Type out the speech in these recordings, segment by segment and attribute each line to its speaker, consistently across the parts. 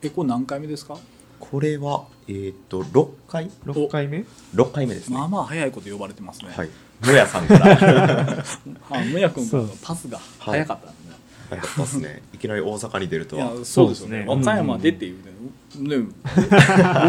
Speaker 1: えこれ何回目ですか
Speaker 2: これはえっ、と6回
Speaker 3: 6回目
Speaker 2: 6回目ですね、
Speaker 1: まあまあ早いこと呼ばれてますね
Speaker 2: はい野屋さん から早
Speaker 1: あむや君のパスが早かったんだね
Speaker 2: かったですねいきなり大阪に出ると
Speaker 1: い
Speaker 2: は
Speaker 1: やそうですよね
Speaker 3: そうですね
Speaker 1: 和歌山でっていうね,、ね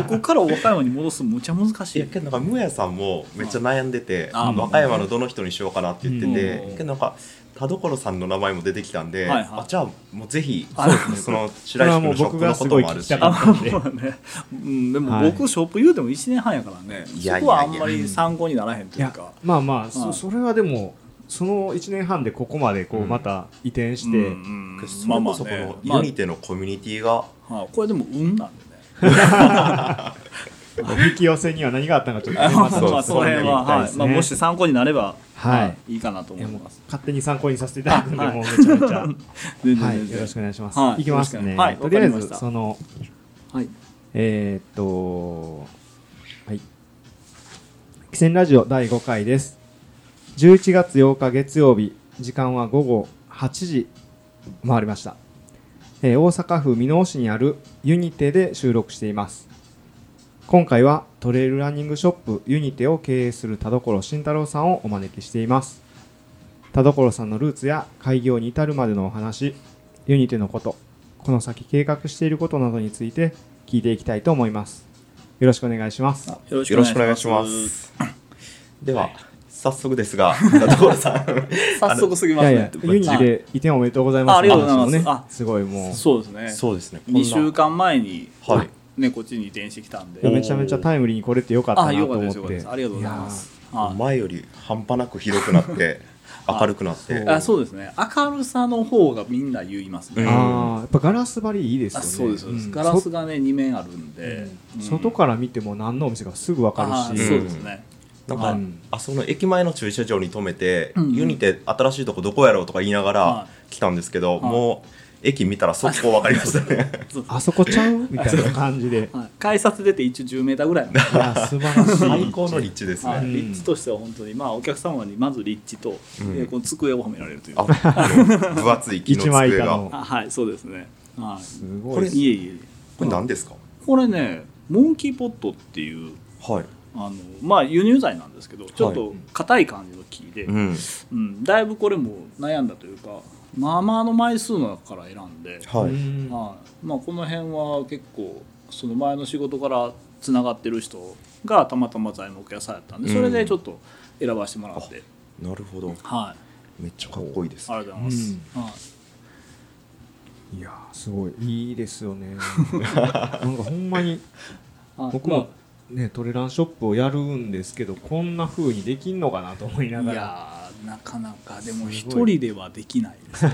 Speaker 1: 僕から和歌山に戻すのむちゃ難し
Speaker 2: い
Speaker 1: い
Speaker 2: やけどなんかむやさんもめっちゃ悩んでて
Speaker 1: あー
Speaker 2: 和歌山のどの人にしようかなって言ってて、
Speaker 1: うん
Speaker 2: けどなんか田所さんの名前も出てきたんで、
Speaker 1: はいはい
Speaker 2: あじゃあもうぜひ
Speaker 1: あ
Speaker 2: そうですねその白石君のショップのこともあるし
Speaker 3: これはもう僕がすごい聞き
Speaker 1: あ
Speaker 3: たかっ
Speaker 2: あ
Speaker 1: まあね、うん、でも
Speaker 3: はい
Speaker 1: 僕ショップ言うても1年半やからね、
Speaker 2: いやいやいや
Speaker 1: そこはあんまり参考にならへんと
Speaker 3: い
Speaker 1: いう
Speaker 3: や
Speaker 1: か
Speaker 3: まあまあ、
Speaker 1: は
Speaker 3: そ
Speaker 1: い
Speaker 3: それはでもその1年半でここまでこうまた移転して、
Speaker 1: うんうん
Speaker 2: そ
Speaker 1: まあ
Speaker 2: れ
Speaker 1: ま
Speaker 2: こ
Speaker 1: あ
Speaker 2: そこ
Speaker 1: ね
Speaker 2: の
Speaker 1: ま
Speaker 2: ユニテのコミュニティが
Speaker 1: あはいこれでも運なんでね
Speaker 3: お引き寄せには何があったのかちょっとね、
Speaker 1: まあ
Speaker 3: ま
Speaker 1: そ
Speaker 3: た
Speaker 2: そう
Speaker 1: の辺は、
Speaker 3: その辺に行きたい
Speaker 1: はい
Speaker 3: ですね
Speaker 1: まあ、もし参考になれば、
Speaker 3: はい
Speaker 1: いいかなと
Speaker 3: い
Speaker 1: 思い
Speaker 3: やもう
Speaker 1: ます。
Speaker 3: 勝手に参考にさせていただくんで、
Speaker 1: はい
Speaker 3: もうめちゃめちゃ、
Speaker 1: 全然
Speaker 3: はい、
Speaker 1: 全然
Speaker 3: よろしくお願いします。
Speaker 1: はい
Speaker 3: い、きますね。
Speaker 1: はい
Speaker 3: とりあえ
Speaker 1: わかり
Speaker 3: ず
Speaker 1: ました
Speaker 3: その
Speaker 1: はい、
Speaker 3: えー、っとはい「汽船ラジオ」第5回です11月8日月曜日時間は午後8時回りました、えー大阪府箕面市にあるユニテで収録しています今回はトレイルランニングショップユニテを経営する田所慎太郎さんをお招きしています田所さんのルーツや開業に至るまでのお話ユニテのことこの先計画していることなどについて聞いていきたいと思いますよろしくお願いします
Speaker 1: あよろ
Speaker 2: よろしくお願いしま。すでは早速ですが田所 さん
Speaker 1: 早速すぎ
Speaker 3: い
Speaker 1: ます
Speaker 3: や
Speaker 1: ね。
Speaker 3: いやユニ
Speaker 1: は
Speaker 3: で移転おめでとうございます
Speaker 1: あありがとうございます
Speaker 3: ね
Speaker 1: あ
Speaker 3: すごいもう
Speaker 1: そうですね。
Speaker 2: そうですねこんな
Speaker 1: 2週間前に、
Speaker 2: はい
Speaker 1: ね、こっちに移転してきたんで
Speaker 3: いや。めちゃめちゃタイムリーにこれってよかった
Speaker 1: あ、
Speaker 3: なと
Speaker 1: よかった
Speaker 3: 思
Speaker 1: で
Speaker 3: っ
Speaker 1: す。よかったで
Speaker 3: て
Speaker 1: す。ありがとうございます。はい
Speaker 2: 前より半端なくひどくなって 明るくなって
Speaker 3: そう
Speaker 1: あそうですね。明るさの方がみんな言いますね。
Speaker 2: う
Speaker 3: あ
Speaker 2: ん
Speaker 1: あ
Speaker 3: ーやっぱガラス張りいいですよね
Speaker 1: そうですそうです。
Speaker 3: ん
Speaker 1: ガラスがね、2面あるん
Speaker 3: そ
Speaker 1: で。
Speaker 3: う
Speaker 1: う
Speaker 3: ん
Speaker 1: ん
Speaker 3: 外から見ても何のお店かすぐ分か
Speaker 1: あー
Speaker 3: るし、
Speaker 1: そうですね。
Speaker 2: なん
Speaker 1: は
Speaker 2: か
Speaker 1: い
Speaker 2: あその駅前の駐車場に止めて、
Speaker 1: うんうん
Speaker 2: ユニテ新しいとこどこやろうとか言いなが
Speaker 1: は
Speaker 2: ら来たんですけ
Speaker 1: は
Speaker 2: ど、
Speaker 1: い
Speaker 2: もう駅見たら速攻分かりました ね
Speaker 3: あそこちゃうみたいな感 じで
Speaker 1: はい改札出て一応10メーターぐらいなんで
Speaker 3: いや素晴らしい
Speaker 2: 最高の立地ですね、
Speaker 1: はい、
Speaker 3: ん
Speaker 1: 立地としては本当に、まあ、お客様にまず立地と、
Speaker 2: うん
Speaker 1: えーこの机を褒められるという
Speaker 2: あ
Speaker 1: あ
Speaker 2: の分厚い木の
Speaker 3: 一枚
Speaker 2: 机
Speaker 3: 板
Speaker 2: が
Speaker 3: の
Speaker 1: はいそうですね、は
Speaker 3: す
Speaker 1: い、
Speaker 3: ごい
Speaker 2: これ
Speaker 1: いえいえ
Speaker 2: これ何ですか
Speaker 1: これねモンキーポットっていう
Speaker 2: はい、
Speaker 1: あのまあ輸入材なんですけどちょっと硬い感じの木で、
Speaker 2: うん
Speaker 1: うん、だいぶこれも悩んだというかまあまあの枚数の中から選んで、
Speaker 2: はい
Speaker 3: うん
Speaker 1: はいまあ、この辺は結構その前の仕事からつながってる人がたまたま材木屋さんやったんでそれでちょっと選ばせてもらって、
Speaker 2: なるほど
Speaker 1: はい
Speaker 2: めっちゃかっこいいです
Speaker 1: ありがとうございます。はい
Speaker 3: いやーすごいいいですよ ねなんかほんまに
Speaker 1: はい
Speaker 3: 僕も、ね、トレランショップをやるんですけどこんな風にできんのかなと思いな
Speaker 1: まあ
Speaker 3: が
Speaker 1: い
Speaker 3: ら
Speaker 1: やーなかなかでも
Speaker 3: す
Speaker 1: 一
Speaker 3: ごい
Speaker 1: 人ではできないですね。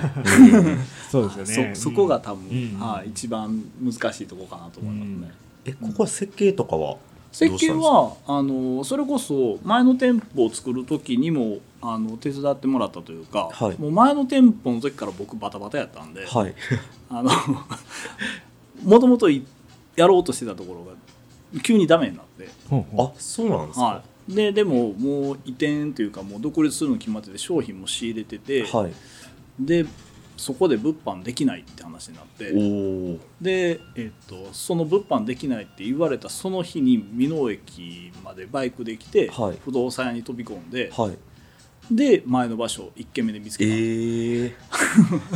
Speaker 3: そうですよね
Speaker 1: そそこが多
Speaker 3: うん
Speaker 1: 分、はい一番難しいところかなと思いますね。
Speaker 2: えここは設計とかは
Speaker 1: 設計はあのそれこそ前の店舗を作る時にもあの手伝ってもらったというか、
Speaker 2: はい
Speaker 1: もう前の店舗の時から僕バタバタやったんで、
Speaker 2: はい
Speaker 1: あの もともといやろうとしてたところが急にダメになって。
Speaker 3: うんうん
Speaker 2: あそうなんですかは
Speaker 1: はい、ででももう移転というかもう独立するの決まってて商品も仕入れてて、
Speaker 2: い、はい、
Speaker 1: でそこで物販できないって話になって
Speaker 2: おお
Speaker 1: で、えっとその物販できないって言われたその日に箕面駅までバイクで来て、
Speaker 2: はい
Speaker 1: 不動産屋に飛び込んで、
Speaker 2: はい
Speaker 1: で前の場所を1軒目で見つ
Speaker 2: え
Speaker 1: けた、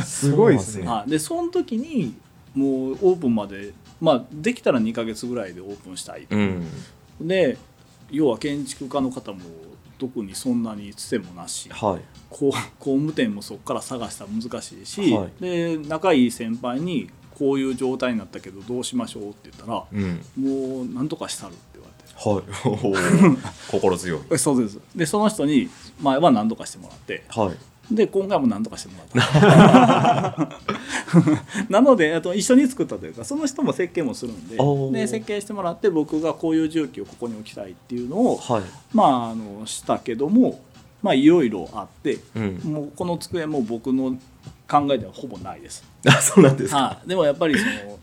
Speaker 2: ー、
Speaker 3: すごいです
Speaker 2: そう
Speaker 3: ね
Speaker 2: なん
Speaker 1: はい、でその時にもうオープンまで、まあ、できたら2ヶ月ぐらいでオープンしたい
Speaker 2: すねうん
Speaker 1: で要は建築家の方も特にそんなにつてもなし
Speaker 2: はい
Speaker 1: こう工務店もそこから探したら難しいし、
Speaker 2: はい
Speaker 1: で仲いい先輩にこういう状態になったけどどうしましょうって言ったらも
Speaker 2: うん
Speaker 1: うなんとかしたるって言われて
Speaker 2: はいおー 心強い
Speaker 1: えそうですでその人に前は何とかしてもらって
Speaker 2: はい
Speaker 1: で今回も何とかしてもらった なのであと一緒に作ったというかその人も設計もするんで
Speaker 2: おー
Speaker 1: で設計してもらって僕がこういう重機をここに置きたいっていうのを
Speaker 2: はい
Speaker 1: まああのしたけどもまあいろいろあって
Speaker 2: うん
Speaker 1: もうこの机も僕の考えではほぼないです。
Speaker 2: あそうなんですか
Speaker 1: はい、でもやっぱりその、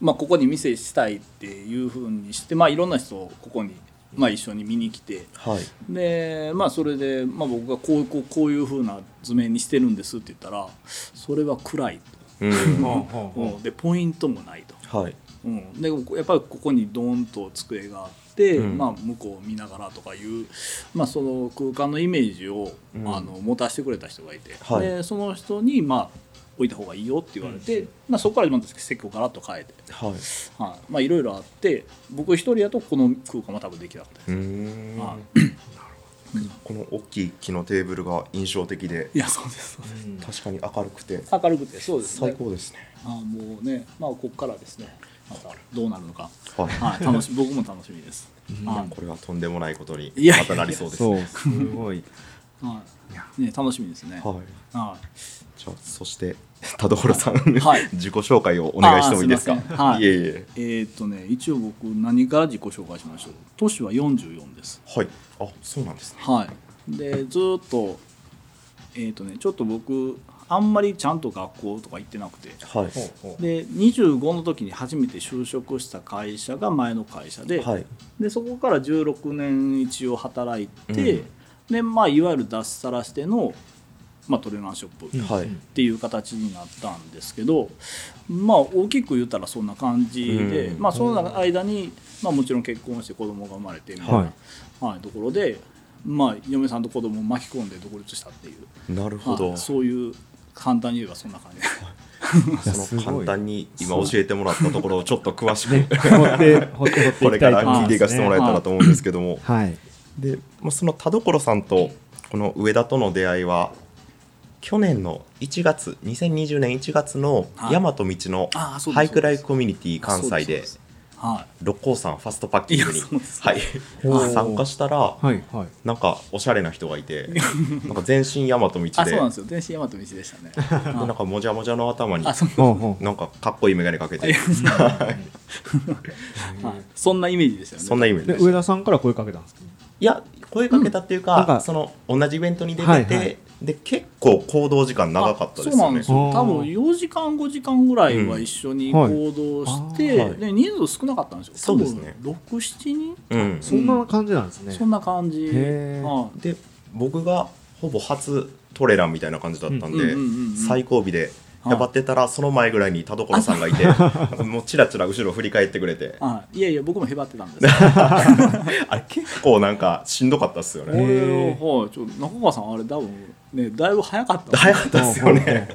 Speaker 1: まあ、ここに店したいっていうふうにして、まあ、いろんな人をここに、まあ、一緒に見に来て
Speaker 2: はい
Speaker 1: で、まあ、それで、まあ、僕がこうこうこういうふうな図面にしてるんですって言ったらそれは暗いと、
Speaker 2: うん
Speaker 3: うんうんうん
Speaker 1: うんでポイントもないと。
Speaker 2: はい
Speaker 1: うん、でやっぱりここにドーンと机があって、
Speaker 2: うん
Speaker 1: まあ、向こうを見ながらとかいう、まあ、その空間のイメージを、
Speaker 2: うん
Speaker 1: あの持たせてくれた人がいて、
Speaker 2: はい
Speaker 1: でその人に、まあ、置いた方がいいよって言われて、まあ、そこからまた席をガラッと変えて、
Speaker 2: はい
Speaker 1: はいまあ、いろいろあって僕一人やとこの空間は多分できなかったです
Speaker 2: うーん
Speaker 1: は
Speaker 2: この大きい木のテーブルが印象的で
Speaker 1: いやそうですそうです
Speaker 2: 確かに明るくて
Speaker 1: 明るくてそうですね
Speaker 2: 最高ですね
Speaker 1: あもうねまあここからですねまたどうなるのか、
Speaker 2: はい
Speaker 1: はい、楽し 僕も楽しみです、はい
Speaker 2: これはとんでもないことに
Speaker 1: いやいや
Speaker 2: またなりそうです
Speaker 3: そう
Speaker 2: ね
Speaker 3: すごい
Speaker 1: はいね、楽しみですね。
Speaker 2: はい
Speaker 1: はい
Speaker 2: じゃあそして田所さん、
Speaker 1: はい
Speaker 2: 自己紹介をお願いしてもいいですか
Speaker 1: あーすいませんはい
Speaker 2: いえいえ
Speaker 1: えーっとね、一応僕何から自己紹介しましょう。年は44です。
Speaker 2: はいあそうなんですね
Speaker 1: はい。でずーっとえーっとね、ちょっと僕あんまりちゃんと学校とか行ってなくて。
Speaker 2: はい
Speaker 1: で25の時に初めて就職した会社が前の会社で,、
Speaker 2: はい
Speaker 1: でそこから16年一応働いて、
Speaker 2: うん
Speaker 1: でまあ、いわゆる脱サラしての、まあ、トレーナーショップ、
Speaker 2: はい
Speaker 1: っていう形になったんですけどまあ大きく言ったらそんな感じで、
Speaker 2: うん
Speaker 1: まあその間に、まあ、もちろん結婚して子供が生まれてみたいな、
Speaker 3: は
Speaker 1: はいいところで、まあ、嫁さんと子供を巻き込んで独立したっていう、
Speaker 2: なるほ
Speaker 1: ま
Speaker 2: ど
Speaker 1: あ、
Speaker 2: そ
Speaker 1: そういう簡単に言えばそんな 感じです。
Speaker 2: の簡単に今教えてもらったところをちょっと詳し く
Speaker 3: 掘って掘って掘って
Speaker 2: こ
Speaker 3: いき
Speaker 2: れか
Speaker 3: たいと
Speaker 2: ら
Speaker 3: 思い
Speaker 2: 聞い
Speaker 3: ま
Speaker 2: ていかせ
Speaker 3: す
Speaker 2: てもら
Speaker 3: ね
Speaker 2: えたらと思うんですけども
Speaker 3: はい
Speaker 2: で、まあ、その田所さんとこの上田との出会いは去年の1月2020年1月の
Speaker 1: はい
Speaker 2: 大和道の
Speaker 1: あーそうです
Speaker 2: ハイクライフコミュニティ関西
Speaker 1: そう
Speaker 2: です
Speaker 1: は
Speaker 2: 六甲山ファストパッキングに
Speaker 1: いやそうです
Speaker 2: はい
Speaker 3: ほう
Speaker 2: 参加したら
Speaker 3: はいはい
Speaker 2: なんかおしゃれな人がい てなんか全身大和道で
Speaker 1: い、あそうなんで
Speaker 2: です
Speaker 1: よ全身大和道でしたね
Speaker 2: なんかもじゃもじゃの頭に
Speaker 1: あそう
Speaker 3: ほうほう
Speaker 2: なんかかっこいい眼鏡かけ
Speaker 1: い
Speaker 2: て
Speaker 1: やはいそんなイメージですよね
Speaker 2: そんなイメージ
Speaker 3: で
Speaker 2: でした
Speaker 3: 上田さんから声かけたんですか
Speaker 2: いや声かけたっていうか,、
Speaker 3: うんなんか
Speaker 2: その同じイベントに出てて、
Speaker 3: はいはい
Speaker 2: で結構行動時間長かったです
Speaker 1: あそうな
Speaker 2: よ
Speaker 1: ん
Speaker 2: ね
Speaker 1: ですよ
Speaker 3: あー
Speaker 1: 多分4時間5時間ぐらいは一緒に
Speaker 3: うんはい
Speaker 1: 行動して、
Speaker 2: あーはい
Speaker 1: で人数少なかったんですよ
Speaker 2: そうですね
Speaker 1: 多分67人、
Speaker 2: うん
Speaker 3: そんな感じなんですね
Speaker 1: そんな感じ
Speaker 3: へー
Speaker 1: はい
Speaker 2: で僕がほぼ初トレランみたいな感じだったん
Speaker 1: う
Speaker 2: で、
Speaker 1: んうんうんうん
Speaker 2: 最後尾で
Speaker 1: はい
Speaker 2: やばってたらその前ぐらいに田所さんがいてもうチラチラ後ろ振り返ってくれて
Speaker 1: はい、いやいや僕もへばってたんですよ
Speaker 2: あれ結構なんかしんどかったっすよ
Speaker 1: 俺
Speaker 2: ね
Speaker 3: へ
Speaker 1: は、はい、ちょ中川さんあれ多分ねだいぶ早かった
Speaker 2: 早かったっすよ ね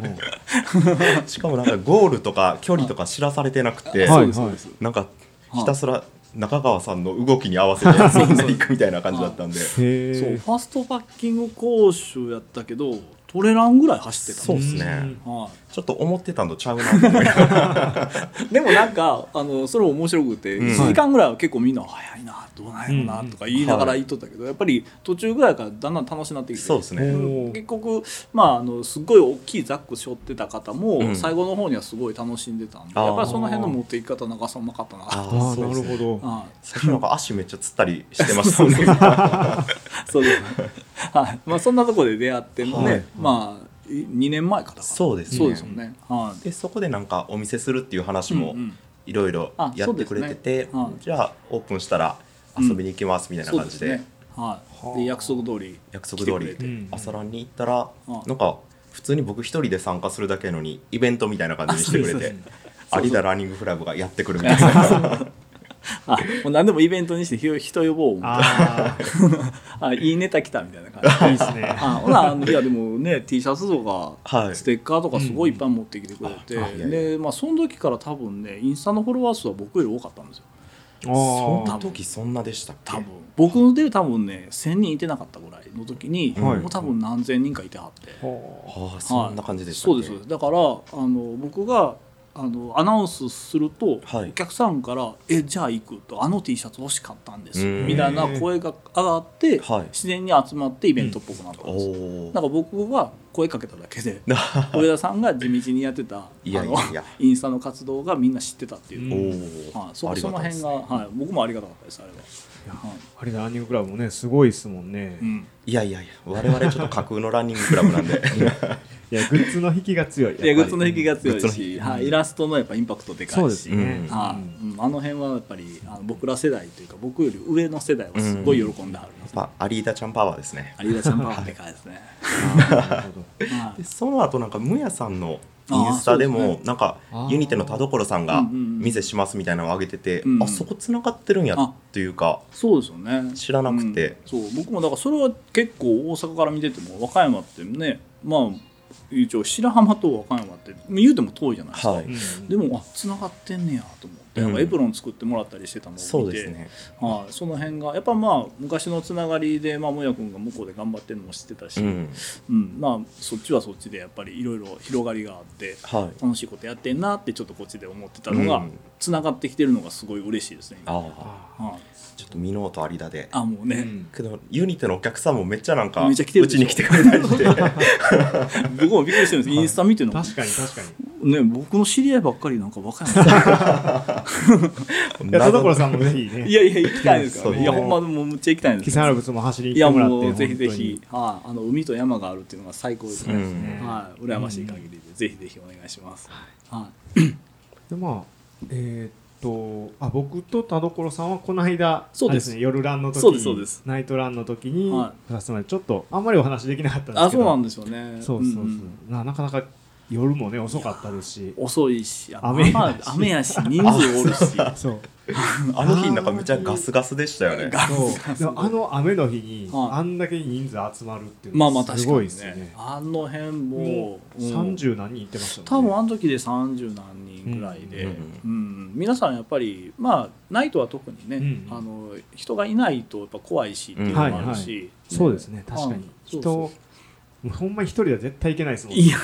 Speaker 3: ほうほうほう
Speaker 2: しかもなんかゴールとか距離とか知らされてなくて、
Speaker 3: はい
Speaker 1: そうですそうです、
Speaker 2: なんかひたすら中川さんの動きに合わせ てみんな行くみたいな感じだったんで
Speaker 3: へ
Speaker 1: そう
Speaker 3: え
Speaker 1: ファストパッキング講習やったけどトレランぐらい走ってた
Speaker 2: そうですね
Speaker 1: はい
Speaker 2: ちょっと思ってたんとちゃうなと 思いながら
Speaker 1: でもなんかあのそれも面白くて、
Speaker 2: うん
Speaker 1: 1時間ぐらいは結構みんな早いなどうなんやろなとか言いながら言っとったけど、やっぱり途中ぐらいからだんだん楽しくなってきて
Speaker 2: そうですね、
Speaker 3: おー
Speaker 1: 結局、まあ、あのすごい大きいザック背負ってた方も、
Speaker 2: うん
Speaker 1: 最後の方にはすごい楽しんでたんで
Speaker 2: あー
Speaker 1: やっぱりその辺の持っていき方長さうまかったな
Speaker 2: あ
Speaker 3: ああ
Speaker 2: そうで
Speaker 3: な
Speaker 2: す
Speaker 3: る
Speaker 2: ね
Speaker 3: ほど
Speaker 1: はい
Speaker 2: 最初なんか足めっちゃつったりしてましたもんね
Speaker 1: そうですねはいまあ、そんなとこで出会ってもね、
Speaker 2: はい
Speaker 1: まあ、い2年前かだから
Speaker 2: そうですね
Speaker 1: そうですよね、はい
Speaker 2: でそこでなんかお見せするっていう話も
Speaker 1: うんうん
Speaker 2: いろいろやってくれ
Speaker 1: あそうで
Speaker 2: てて、
Speaker 1: すねはい
Speaker 2: じゃあオープンしたら遊びに行きますみたいな
Speaker 1: そう
Speaker 2: 感
Speaker 1: で
Speaker 2: じ
Speaker 1: す
Speaker 2: で,、
Speaker 1: ねはい、で約束通り
Speaker 2: 約束
Speaker 1: 来
Speaker 2: 通
Speaker 1: て
Speaker 2: り
Speaker 1: くれて
Speaker 3: うん
Speaker 2: 朝ランに行ったら、
Speaker 1: うん
Speaker 2: なんか普通に僕一人で参加するだけのにイベントみたいな感じにしてくれ
Speaker 1: あそうです
Speaker 2: て
Speaker 1: そうで
Speaker 2: 有田ランニングクラブがやってくるみたいな
Speaker 1: あもう何でもイベントにしてひよ人呼ぼう思って
Speaker 3: あ
Speaker 1: あいいネタ来たみたいな 感じ
Speaker 3: あいいですね
Speaker 1: あほらあのいやでもね T シャツと
Speaker 2: は
Speaker 1: か
Speaker 2: い
Speaker 1: ステッカーとかすごいいっぱい持ってきてくれて、
Speaker 2: うんあいやいや
Speaker 1: でまあ、その時から多分ねインスタのフォロワー数は僕より多かったんですよ
Speaker 3: あ
Speaker 2: そん
Speaker 3: ー
Speaker 2: な時そんなでしたっけ
Speaker 1: 多分僕で多分ね1000人いてなかったぐらいの時に、
Speaker 2: はい
Speaker 1: もう多分何千人かいてはって、
Speaker 3: ほ
Speaker 2: ああそんな感じでしたっ
Speaker 1: そ
Speaker 2: け、
Speaker 1: うですそうですだからあの僕があのアナウンスすると、
Speaker 2: はい
Speaker 1: お客さんから「えじゃあ行く」と「あの T シャツ欲しかったんです」
Speaker 2: うん
Speaker 1: みたいな声が上がって、
Speaker 2: はい
Speaker 1: 自然に集まってイベントっぽくなったんです、
Speaker 2: お
Speaker 1: な
Speaker 2: お
Speaker 1: んか僕は声かけただけで
Speaker 2: な
Speaker 1: 上田さんが地道にやってた
Speaker 2: いやいやいや
Speaker 1: あの インスタの活動がみんな知ってたっていう、
Speaker 3: う
Speaker 2: お
Speaker 3: ん
Speaker 1: はい、
Speaker 2: お
Speaker 1: そその辺が、
Speaker 2: い
Speaker 1: はい、僕もありがたかったですあれは、はい
Speaker 3: あれだランニングクラブもねすごいですもんね
Speaker 1: うん、
Speaker 2: いやいやいや我々ちょっと架空のランニングクラブな んで
Speaker 3: いやグッズの引きが強い
Speaker 1: いやグッズの引きが強い
Speaker 2: グッズの引
Speaker 1: し、
Speaker 2: き
Speaker 1: はい、イラストのやっぱインパクトでかいし
Speaker 3: そうですね
Speaker 2: うん
Speaker 1: はいうんあの辺はやっぱりあの僕ら世代というか僕より上の世代はすごい喜んではるんです、
Speaker 2: まあアリーダちゃんパワーですね
Speaker 1: 有田ちゃんパワーでかいですね、
Speaker 3: なるほど
Speaker 1: は
Speaker 2: で
Speaker 1: い
Speaker 2: その後なんかムヤさんのインスタで
Speaker 1: あーそう
Speaker 2: も
Speaker 1: で
Speaker 2: なんか
Speaker 3: あー
Speaker 2: ユニテの田所さん
Speaker 1: う
Speaker 2: が
Speaker 1: んうんうん
Speaker 2: 店しますみたいなのを上げてて、
Speaker 1: うん
Speaker 2: あそこ繋がってるんや
Speaker 1: あ
Speaker 2: というか
Speaker 1: そうですよね
Speaker 2: 知らなくて
Speaker 1: うんそう僕もだからそれは結構大阪から見てても和歌山ってねまあ一応白浜と和歌山って言うても遠いじゃないですか、
Speaker 2: はい、
Speaker 1: でもあ繋がってんねやと思って、
Speaker 2: うん
Speaker 1: なんかエプロン作ってもらったりしてたのを見て
Speaker 2: そうですね
Speaker 1: はい、その辺がやっぱまあ昔のつながりでまあもやくんが向こうで頑張ってるのも知ってたし、
Speaker 2: う
Speaker 1: うん
Speaker 2: ん
Speaker 1: まあそっちはそっちでやっぱりいろいろ広がりがあって
Speaker 2: はい
Speaker 1: 楽しいことやってんなってちょっとこっちで思ってたのが、
Speaker 2: うん
Speaker 1: 繋がってきてるのがすごい嬉しいですね今
Speaker 2: ああ
Speaker 3: あ
Speaker 1: はい、
Speaker 2: ちょっとミノーと有田で
Speaker 1: あもうね、
Speaker 2: けどユニテのお客さんもめっちゃなんか
Speaker 1: めっちゃ来てる
Speaker 2: う
Speaker 1: でし
Speaker 2: ち
Speaker 1: ょ
Speaker 2: に来てくれたりして
Speaker 1: 僕もびっくりしてるんですインスタ見てるの、
Speaker 3: 確かに確かに
Speaker 1: ね、僕の知り合いばっかりなんか若いな
Speaker 3: いや田所
Speaker 2: ん
Speaker 3: さんもぜひ ね
Speaker 1: いやいや行きたいですから、
Speaker 2: そう
Speaker 1: ね、いやほんまもうむっちゃ行きたいです
Speaker 3: キサラブスも走りに
Speaker 1: い
Speaker 3: 行
Speaker 1: や
Speaker 3: ってもらって
Speaker 1: もうぜひぜ
Speaker 3: 本
Speaker 1: ひ、はい、あの海と山があるっていうのが最高ですね、
Speaker 2: うん
Speaker 1: はい、羨ましい限りで、ぜひぜひお願いします。は
Speaker 3: 当にでまあえーっとあ僕と田所さんはこの間
Speaker 1: そうです
Speaker 3: あれね夜ランの時
Speaker 1: そうですそうです
Speaker 3: ナイトランの時に
Speaker 1: は
Speaker 3: プラスまでちょっとあんまりお話できなかっ
Speaker 1: い、
Speaker 3: たんです
Speaker 1: あ、そ
Speaker 3: け
Speaker 1: う
Speaker 3: ど
Speaker 1: なんですよね。
Speaker 3: そうそうそう、
Speaker 1: ん
Speaker 3: ななかなか夜もね遅かったですし
Speaker 1: 遅いし、あ
Speaker 3: 雨やし
Speaker 1: まあ雨やし、人数おるし。
Speaker 3: そう
Speaker 2: あの日なんかめっちゃガスガスでしたよね
Speaker 3: そうでもあの雨の日に
Speaker 1: はい
Speaker 3: あんだけ人数集まるってい う
Speaker 1: まあ
Speaker 3: の
Speaker 1: まあ
Speaker 3: は
Speaker 1: 確
Speaker 3: す
Speaker 1: か
Speaker 3: ご
Speaker 1: にね
Speaker 3: いですよね,、
Speaker 1: あの辺も
Speaker 3: も
Speaker 1: う
Speaker 3: う
Speaker 1: ん
Speaker 3: 30何人いってました
Speaker 1: 多
Speaker 3: もん
Speaker 1: 分あの時で30何人ぐらいで、
Speaker 2: う
Speaker 1: うんん皆さんやっぱりまあナイトは特にね、
Speaker 3: うん
Speaker 1: あの人がいないとやっぱ怖いしっていうのもあるし、
Speaker 3: そうですね確か
Speaker 1: うん
Speaker 3: に
Speaker 1: そう
Speaker 3: 人
Speaker 1: そう
Speaker 3: もうほんま一人では絶対行けないですもん
Speaker 1: いや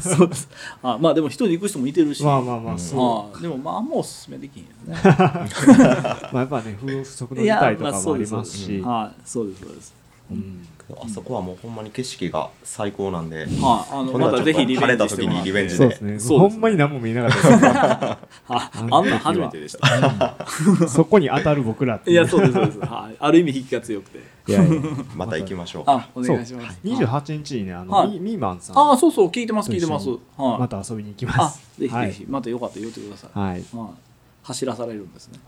Speaker 1: そうですあまあでも一人で行く人もいてるし、
Speaker 3: まあまあま
Speaker 2: うん
Speaker 3: あそ
Speaker 1: ああでもまああんまおすすめできんよ ね
Speaker 3: う、まあ、やっぱね不足の事態とかもあります
Speaker 2: い
Speaker 3: し
Speaker 2: や
Speaker 1: はいそうですそうです
Speaker 3: うん
Speaker 2: あそこはもうほんまに景色が最高なんで、
Speaker 1: はいあの
Speaker 2: 今度
Speaker 1: ま
Speaker 2: はち
Speaker 1: た
Speaker 2: ょっと
Speaker 1: ぜひリ
Speaker 2: 晴
Speaker 1: ベ
Speaker 2: れ
Speaker 1: ン
Speaker 2: た
Speaker 1: ジして
Speaker 2: 時
Speaker 1: もらっ
Speaker 2: に
Speaker 1: て
Speaker 2: リベンジ
Speaker 3: そうですね
Speaker 1: そう
Speaker 3: ほ
Speaker 1: ですね
Speaker 3: んまに何も見えなかった
Speaker 1: ああんなん初めてでした
Speaker 3: ですそこに当たる僕らって
Speaker 1: い
Speaker 3: いう
Speaker 1: やそうですそうですはいある意味引きが強くて
Speaker 3: いやいや
Speaker 2: また行きましょう
Speaker 1: あお
Speaker 3: そう
Speaker 1: 願いします
Speaker 3: 二十八日にねあの、
Speaker 1: はい
Speaker 3: ミミーマンさん
Speaker 1: ああそうそう聞いてます聞いてます
Speaker 3: と
Speaker 1: はい
Speaker 3: 一緒にまた遊びに行きま
Speaker 1: あ
Speaker 3: す。
Speaker 1: ぜひぜひまたよかったら言ってください
Speaker 3: はい。はい。
Speaker 1: はい走らされるんですね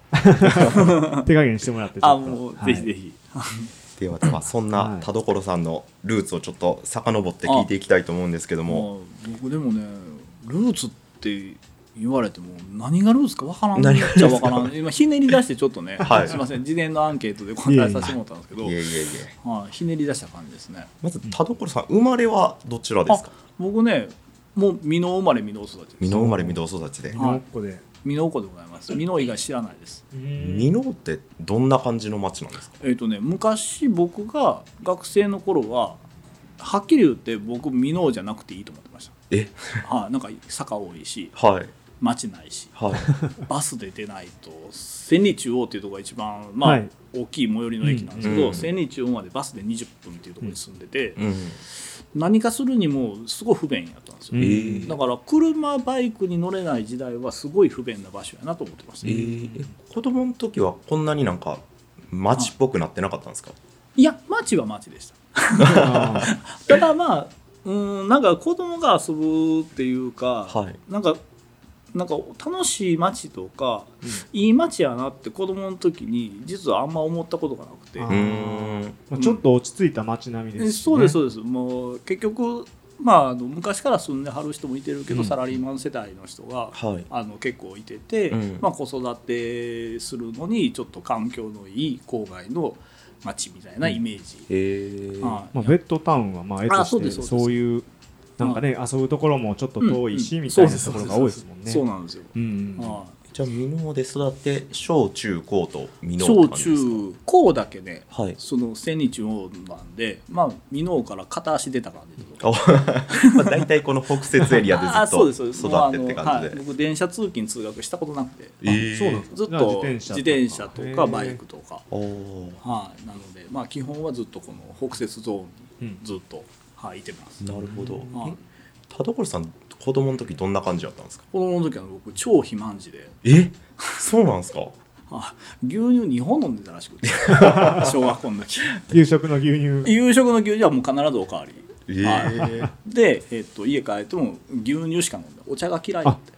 Speaker 3: 手加減してもらってちょっ
Speaker 1: あ
Speaker 3: と。
Speaker 1: もう
Speaker 3: はい
Speaker 1: ぜひぜひ
Speaker 2: ではではそん
Speaker 3: は
Speaker 2: ない田所さんのルーツをちょっと遡って聞いていきたいと思うんですけども
Speaker 1: もう僕でもねルーツって言われても何がルーツかわからん
Speaker 2: 何
Speaker 1: っちゃわからん今ひねり出してちょっとね、
Speaker 2: はい
Speaker 1: すいません事前のアンケートで答えさせてもらったんですけ
Speaker 2: い
Speaker 1: ど
Speaker 2: えいえいえ
Speaker 1: はい、ひねり出した感じですね
Speaker 2: まず田所さん生まれはどちらですか
Speaker 1: 僕ねもう美濃生まれ美濃育ちです
Speaker 2: 美濃生まれ美濃育ちで
Speaker 3: 美濃っ子で。
Speaker 1: 美濃子でございます美濃以外知らないです
Speaker 2: 美濃ってどんな感じの町なんですか
Speaker 1: えっ、とね昔僕が学生の頃ははっきり言って僕美濃じゃなくていいと思ってまし
Speaker 2: え
Speaker 1: たはいなんか坂多いし
Speaker 2: はい
Speaker 1: 町ないし
Speaker 2: はい
Speaker 1: バスで出ないと千里中央っていうところが一番、まあ
Speaker 3: はい
Speaker 1: 大きい最寄りの駅なんですけど、
Speaker 2: うん
Speaker 1: 千里中央までバスで20分っていうところに住んでて、
Speaker 2: うん
Speaker 1: 何かするにもすごい不便やったんですよ、
Speaker 3: うん
Speaker 2: えー
Speaker 1: だから車バイクに乗れない時代はすごい不便な場所やなと思ってました、
Speaker 2: えー子供の時はこんなになんか町っぽくなってなかったんですか
Speaker 1: いや町は町でした
Speaker 3: あ
Speaker 1: ただまあうんなんか子供が遊ぶっていうか、
Speaker 2: はい
Speaker 1: なんかなんか楽しい街とか、
Speaker 3: うん
Speaker 1: いい街やなって子供の時に実はあんま思ったことがなくて
Speaker 3: あ
Speaker 2: うーん
Speaker 3: ーちょっと落ち着いた街並みです
Speaker 1: え
Speaker 3: ね。
Speaker 1: そうですそうですもう結局まああの昔から住んではる人もいてるけど、
Speaker 3: うん
Speaker 1: サラリーマン世代の人が、
Speaker 2: はい
Speaker 1: あの結構いてて、
Speaker 2: うん
Speaker 1: まあ、子育てするのにちょっと環境のいい郊外の町みたいなイメージ、
Speaker 2: え
Speaker 1: は
Speaker 2: ー
Speaker 1: い
Speaker 3: まあベッドタウンはまあ絵と
Speaker 1: あそう
Speaker 3: し
Speaker 1: で
Speaker 3: て
Speaker 1: すそうです
Speaker 3: そういうなんかね遊ぶところもちょっと遠いし
Speaker 1: うんうん
Speaker 3: みたいな
Speaker 1: そ
Speaker 3: と
Speaker 1: う
Speaker 3: こ
Speaker 1: です
Speaker 3: ろが多いですもんね。
Speaker 1: そうなんですよ、
Speaker 3: うんうんうん。
Speaker 1: は
Speaker 2: じゃあ美濃で育って小中高と美
Speaker 1: い
Speaker 2: 濃
Speaker 1: 小
Speaker 2: って感じですか
Speaker 1: 中高だけね
Speaker 2: はい
Speaker 1: その千日王なんでまあ箕面から片足出た感じで
Speaker 2: おまあ大体この北節エリアでず
Speaker 1: あ
Speaker 2: っ
Speaker 1: そう
Speaker 2: と
Speaker 1: ですそうです
Speaker 2: 育
Speaker 1: もうあ
Speaker 2: ってって
Speaker 1: の
Speaker 2: 感
Speaker 1: は
Speaker 2: じ
Speaker 1: い
Speaker 2: で。
Speaker 1: 僕電車通勤通学したことなくて
Speaker 2: えー
Speaker 3: あそうなんですか
Speaker 1: ずっ
Speaker 3: じゃあ
Speaker 1: と自転車とかバイク。とか、
Speaker 2: おおー
Speaker 1: はい、なので、まあ、基本はずっとこの北摂ゾーンに
Speaker 3: うん
Speaker 1: ずっと、はい、いてます。
Speaker 2: なるほど。
Speaker 1: はい、
Speaker 2: 田所さん子供の時どんな感じだったんですか。
Speaker 1: 子供の時は僕超肥満児で
Speaker 2: え、そうなんですか。
Speaker 1: あ牛乳2本飲んでたらしく て小学校の時
Speaker 3: へー夕食の牛乳。
Speaker 1: 夕食の牛乳はもう必ずおかわり
Speaker 2: えー、あ
Speaker 1: で、えっと家帰っても牛乳しか飲んでお茶が嫌いだって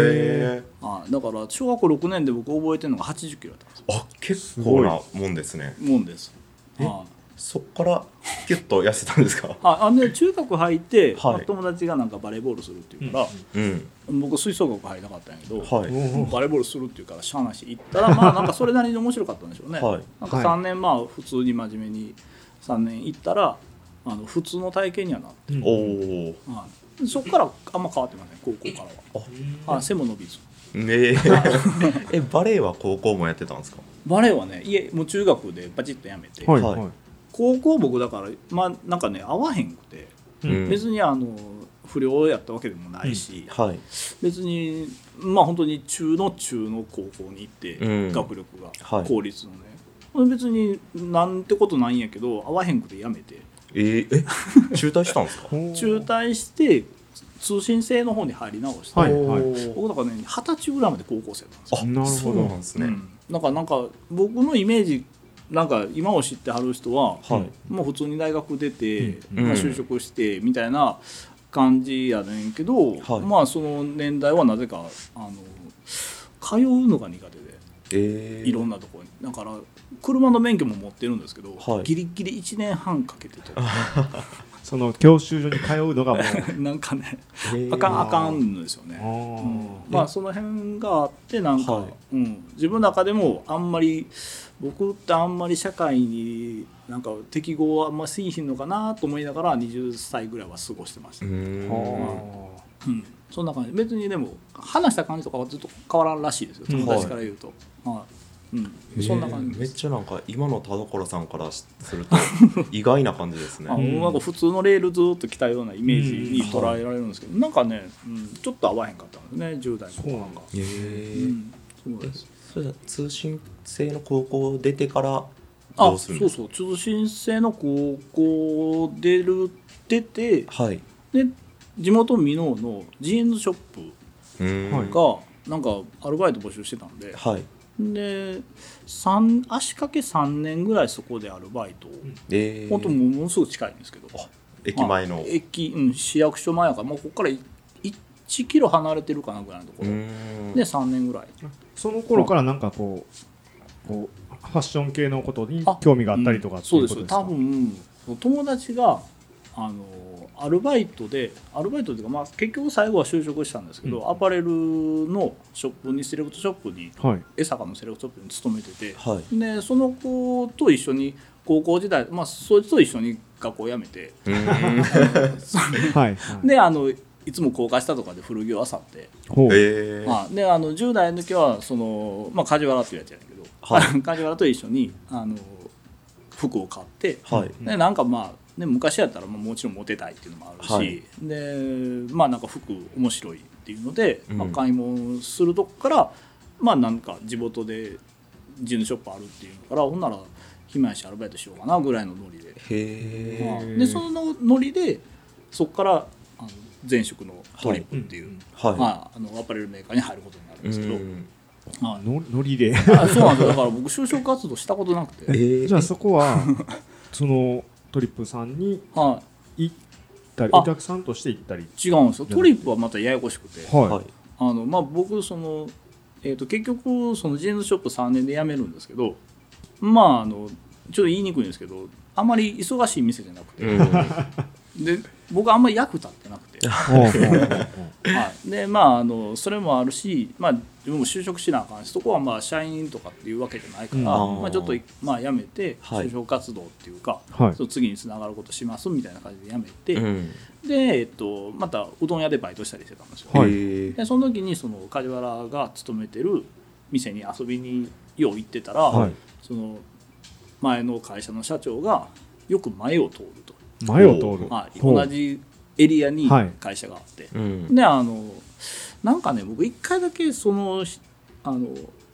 Speaker 2: えー
Speaker 1: あだから小学校6年で僕覚えてるのが8 0キロだったんです
Speaker 2: あ結構なもんですね。
Speaker 1: もんです
Speaker 3: え
Speaker 1: あ
Speaker 2: そこからピュッと痩せたんで すか
Speaker 1: ああのね中学入って、
Speaker 2: はい
Speaker 1: 友達がなんかバレーボールするっていうから、
Speaker 2: うん
Speaker 1: 僕吹奏楽入りたかったんやけど、
Speaker 2: はい
Speaker 1: バレーボールするっていうからしゃあなし行ったらまあなんかそれなりに面白かったんでしょうね、
Speaker 2: はい
Speaker 1: なんか
Speaker 3: はい
Speaker 1: 3年まあ普通に真面目に3年行ったらあの普通の体験にはなって、
Speaker 2: おお
Speaker 1: はいそこからあんま変わってません高校からはあ背も伸びず
Speaker 2: ねえ えバレエは高校もやってたんですか
Speaker 1: バレーはね家もう中学でバチッとやめて、
Speaker 3: はい
Speaker 2: はい
Speaker 3: はい
Speaker 1: 高校僕だからまあなんかね合わへんくて、
Speaker 3: う
Speaker 2: うん
Speaker 1: 別にあの不良やったわけでもないし、
Speaker 2: はい
Speaker 1: 別にまあ本当に中の中の高校に行って、
Speaker 2: うん
Speaker 1: 学力が、
Speaker 2: はい
Speaker 1: 公立のね別になんてことないんやけど合わへんくてやめて
Speaker 2: えーえ中退したんですか
Speaker 3: ほう
Speaker 1: 中退して通信制の方に入り直して、
Speaker 3: はいはい
Speaker 1: 僕だからね二十歳ぐらいまで高校生だったんですよ
Speaker 2: あそ
Speaker 3: なるほど
Speaker 2: うなんですね、
Speaker 1: うんなんかなんか僕のイメージなんか今を知ってはる人は、
Speaker 2: はい
Speaker 1: もう普通に大学出て、
Speaker 2: うん
Speaker 1: まあ、就職してみたいな感じやねんけど、
Speaker 2: はい
Speaker 1: まあその年代はなぜかあの通うのが苦手で。
Speaker 2: えー
Speaker 1: いろんなところにだから車の免許も持ってるんですけど、
Speaker 2: はい
Speaker 1: ギリギリ1年半かけてと
Speaker 3: その教習所に通う のがもう
Speaker 1: なんかね
Speaker 2: えー
Speaker 1: あかんあかんのですよね、うん
Speaker 3: あ
Speaker 1: まあその辺があってなんか、
Speaker 2: はい
Speaker 1: うん、自分の中でもあんまり僕ってあんまり社会になんか適合はあんませいひんのかなと思いながら20歳ぐらいは過ごしてまし
Speaker 2: う
Speaker 1: た、
Speaker 2: ーん
Speaker 3: ーはあ
Speaker 1: うん、そんな感じ別にでも話した感じとかはずっと変わらんらしいですよ
Speaker 3: うん
Speaker 1: 友達から言うと、はいうん、そんな感じ
Speaker 2: えーめ
Speaker 1: で
Speaker 2: っ
Speaker 1: す、
Speaker 2: ちゃなんか今の田所さんからすると意外な感じですね
Speaker 1: あ
Speaker 3: ん
Speaker 1: なんか普通のレールずっと来たようなイメージに捉えられるんですけど、なんかね、うん、ちょっと合わへんかったんですね10代
Speaker 3: そうなんだ
Speaker 2: え
Speaker 1: う
Speaker 2: ー
Speaker 1: ん、そうです
Speaker 2: それじゃあ通信制の高校出てからど
Speaker 1: あ
Speaker 2: うす
Speaker 1: そ
Speaker 2: る
Speaker 1: う
Speaker 2: んですか
Speaker 1: そう通信制の高校出る出て
Speaker 2: はい
Speaker 1: で地元箕面のジーンズショップ
Speaker 2: うーん
Speaker 3: はい
Speaker 1: がなんかアルバイト募集してたんで
Speaker 2: はい
Speaker 1: で三足掛け3年ぐらいそこでアルバイトを、
Speaker 2: えー
Speaker 1: 本当もうものすごく近いんですけど
Speaker 2: あ駅前の
Speaker 1: まあ駅、うん、市役所前やからもうここからい1キロ離れてるかなぐらいのとこ
Speaker 2: う
Speaker 1: ろ、
Speaker 2: ーん
Speaker 1: で3年ぐらい
Speaker 3: その頃からなんかこうこうファッション系のことに
Speaker 1: あ
Speaker 3: 興味があったりとかって
Speaker 1: そ
Speaker 3: いうう
Speaker 1: です
Speaker 3: ことですか
Speaker 1: 多分友達があのアルバイトでアルバイトっていうか、まあ、結局最後は就職したんですけど、
Speaker 3: うん
Speaker 1: アパレルのショップにセレクトショップに
Speaker 3: はい
Speaker 1: 江坂のセレクトショップに勤めてて
Speaker 2: はい
Speaker 1: でその子と一緒に高校時代まあそいつと一緒に学校辞めて
Speaker 2: うーん
Speaker 3: はいはい
Speaker 1: であのいつも高架下とかで古着を漁って
Speaker 3: ほう
Speaker 2: えー
Speaker 1: まあ、であの10代の時はその、まあ、梶原っていうやつやねんけど、
Speaker 2: は
Speaker 1: 梶原と一緒にあの服を買って、
Speaker 2: はい
Speaker 1: でなんかまあ、ね、昔やったらまあもちろんモテたいっていうのもあるし、
Speaker 2: はい
Speaker 1: でまあなんか服面白いっていうので、
Speaker 2: うん
Speaker 1: まあ、買い物するとこからまあなんか地元でジムショップあるっていうからほんなら暇やしアルバイトしようかなぐらいのノリで、
Speaker 2: へ
Speaker 1: まあ
Speaker 2: え
Speaker 1: でそのノリでそこからあの前職のトリップっていう。
Speaker 2: はい
Speaker 1: まあ、あのアパレルメーカーに入ることになるん
Speaker 2: う
Speaker 1: ですけど、
Speaker 2: ーん
Speaker 1: はい
Speaker 3: の ノリで
Speaker 1: あそうなんですよだから僕就職活動したことなく
Speaker 2: え
Speaker 1: て、
Speaker 2: ー
Speaker 3: じゃあそこ はそのトリップさんに
Speaker 1: は
Speaker 3: 行ったり
Speaker 1: あ
Speaker 3: お客さんとして行ったり
Speaker 1: い、違うんですよトリップはまたややこしくて、
Speaker 2: は
Speaker 3: はい
Speaker 1: あのまあ、僕その、えー、と結局そのジーンズショップ3年で辞めるんですけどまああのちょっと言いにくいんですけどあまり忙しい店じゃなくて、
Speaker 2: うん
Speaker 1: で僕あんまり役立ってなくて、
Speaker 3: い
Speaker 1: はい、でまああのそれもあるし、まあ、自分も就職しなあかんしそこはまあ社員とかっていうわけじゃないから、
Speaker 3: うん
Speaker 2: あー
Speaker 1: まあ、ちょっと、まあ、辞めて
Speaker 2: はい
Speaker 1: 就職活動っていうか、
Speaker 3: はい
Speaker 1: その次につながることしますみたいな感じで辞めて、
Speaker 2: うん
Speaker 1: で、えっと、またうどん屋でバイトしたりしてたんですよ、
Speaker 3: はい
Speaker 2: へー
Speaker 1: でその時にその梶原が勤めてる店に遊びによう行ってたら、
Speaker 3: はい
Speaker 1: その前の会社の社長がよく前を通ると、
Speaker 3: 前を通る
Speaker 1: はい、
Speaker 3: ほう
Speaker 1: 同じエリアに
Speaker 3: はい
Speaker 1: 会社があって、
Speaker 2: うん
Speaker 1: であのなんかね僕一回だけそのしあの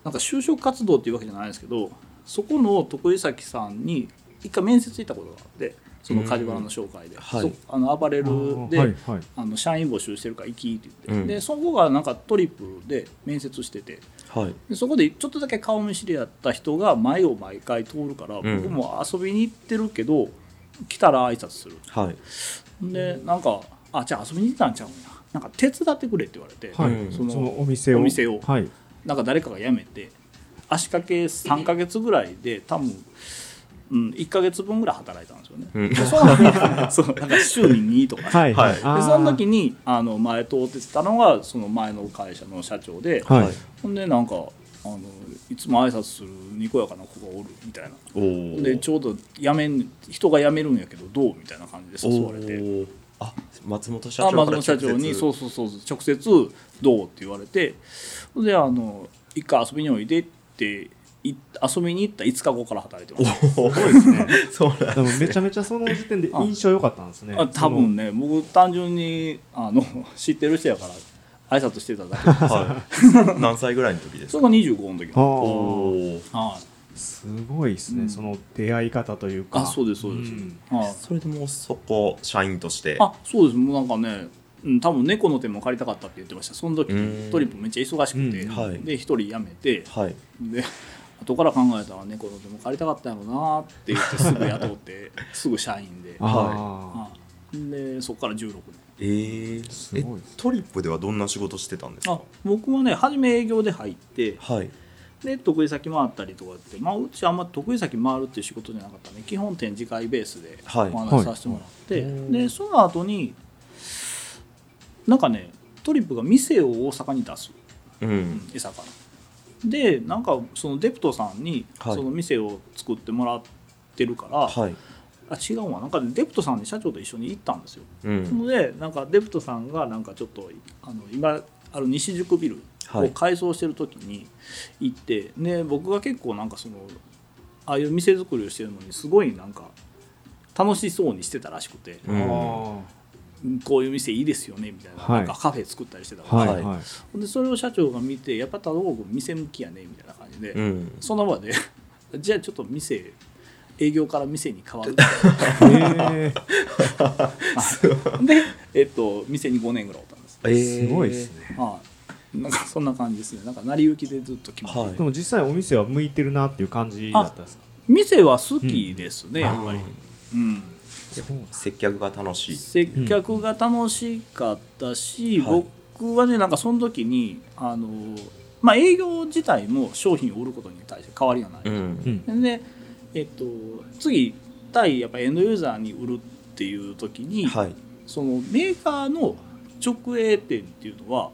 Speaker 1: なんか就職活動っていうわけじゃないんですけどそこの徳井崎さんに一回面接行ったことがあってその梶原の紹介で、
Speaker 2: はい
Speaker 1: そあの暴れ
Speaker 3: あ
Speaker 1: る
Speaker 3: ー
Speaker 1: で、
Speaker 3: はいはい
Speaker 1: あの社員募集してるから行きって言って、
Speaker 2: うん
Speaker 1: でそこがなんかトリップで面接してて
Speaker 2: はい
Speaker 1: でそこでちょっとだけ顔見知りやった人が前を毎回通るから、
Speaker 2: ん
Speaker 1: 僕も遊びに行ってるけど来たら挨拶する
Speaker 2: はい
Speaker 1: でなんか「あじゃあ遊びに行ったんちゃうんや」なんか手伝ってくれって言われて、
Speaker 3: は
Speaker 2: うん
Speaker 3: いそのお店を
Speaker 1: お店を
Speaker 3: はい
Speaker 1: なんか誰かが辞めて足掛け3ヶ月ぐらいで多分うん、1か月分ぐらい働いたんですよね、
Speaker 2: うん
Speaker 1: でそうなんだそうなんか週に2とか、
Speaker 3: はい
Speaker 2: はい
Speaker 1: でその時
Speaker 3: に
Speaker 1: にあの前通ってたのがその前の会社の社長で、
Speaker 3: はい
Speaker 1: ほんでなんかあのいつも挨拶するにこやかな子がおるみたいな
Speaker 2: おー
Speaker 1: でちょうど辞めん人が辞めるんやけどどうみたいな感じで誘われて。
Speaker 2: おーあ松本社
Speaker 1: あ
Speaker 2: 長
Speaker 1: 松
Speaker 2: か
Speaker 1: 本
Speaker 2: ら直
Speaker 1: 社
Speaker 2: 接
Speaker 1: 長にそうそうそう直接「どう?」って言われてであの「一回遊びにおいで」ってい遊びに行った5日後から働いてました
Speaker 2: おーそうです ねそうなん
Speaker 3: でもめちゃめちゃその時点で印象良かったんですね
Speaker 1: あ多分ね僕単純にあの知ってる人やから挨拶してただけで
Speaker 2: はい、何歳ぐらいの時です
Speaker 1: そ
Speaker 2: か
Speaker 1: れが25の時
Speaker 3: そ
Speaker 1: は
Speaker 3: のあ
Speaker 2: おー
Speaker 1: い
Speaker 3: あすごいですね、
Speaker 1: うん
Speaker 3: その出会い方というか
Speaker 1: あそうですそうです、
Speaker 3: ん
Speaker 1: はい
Speaker 2: それでもうそこ社員として
Speaker 1: あそうですもうなんかね、うん、多分猫の手も借りたかったって言ってましたその時
Speaker 2: うん
Speaker 1: トリップめっちゃ忙しくて、
Speaker 3: うん
Speaker 2: はい
Speaker 1: で一人辞めて
Speaker 2: はい
Speaker 1: で 後から考えたら猫の手も借りたかったやろなって言ってすぐ雇って すぐ社員で、
Speaker 3: あ
Speaker 1: はい、でそこから16年
Speaker 2: えー、
Speaker 3: すごいです
Speaker 2: えトリップではどんな仕事してたんです
Speaker 1: あ
Speaker 2: か
Speaker 1: 僕はね初め営業で入って
Speaker 2: はい
Speaker 1: で得意先回ったりとかって、まあ、うちあんま得意先回るっていう仕事じゃなかったね基本展示会ベースでお
Speaker 2: はい
Speaker 1: 話しさせてもらって、
Speaker 2: はい
Speaker 1: でその後になんかねトリップが店を大阪に出す
Speaker 2: うん
Speaker 1: 江坂の。でなんかそのデプトさんに
Speaker 2: はい
Speaker 1: その店を作ってもらってるから、
Speaker 2: はい
Speaker 1: あ違うわなんかねデプトさんで社長と一緒に行ったんですよ。
Speaker 2: う
Speaker 1: そ
Speaker 2: ん
Speaker 1: のでなんかデプトさんがなんかちょっとあの今ある西宿ビル
Speaker 2: は
Speaker 1: を
Speaker 2: い
Speaker 1: 改装してる時に行って、ね僕が結構なんかそのああいう店作りをしてるのにすごいなんか楽しそうにしてたらしくて、
Speaker 3: あ、
Speaker 2: うん
Speaker 1: こういう店いいですよねみたいな,、
Speaker 3: はい
Speaker 1: なんかカフェ作ったりしてた
Speaker 3: あー
Speaker 1: から、
Speaker 3: はい
Speaker 2: は
Speaker 3: はいい、
Speaker 1: ほんでそれを社長が見てやっぱ太郎君店向きやねみたいな感じで、
Speaker 2: うん
Speaker 1: その場で じゃあちょっと店営業から店に変わる
Speaker 3: え
Speaker 1: で、えっと、店に5年ぐらいおったんです
Speaker 2: え
Speaker 3: ー、
Speaker 2: ー
Speaker 3: すごいですね、
Speaker 1: はい、なんかそんな感じですね。なんか成り行きでずっと決まって、
Speaker 2: はい
Speaker 3: でも実際お店は向いてるなっていう感じだったんですか
Speaker 1: 店は好きですね、やっぱり
Speaker 3: あ。
Speaker 1: うん、
Speaker 2: 接客が楽しい
Speaker 1: 接客が楽しかったし、
Speaker 2: うんはい
Speaker 1: 僕はねなんかその時にあのまあ営業自体も商品を売ることに対して変わりがない。
Speaker 2: うん
Speaker 3: ん
Speaker 1: で、えっと次対やっぱエンドユーザーに売るっていう時に、
Speaker 2: はい
Speaker 1: そのメーカーの直営店っていうのは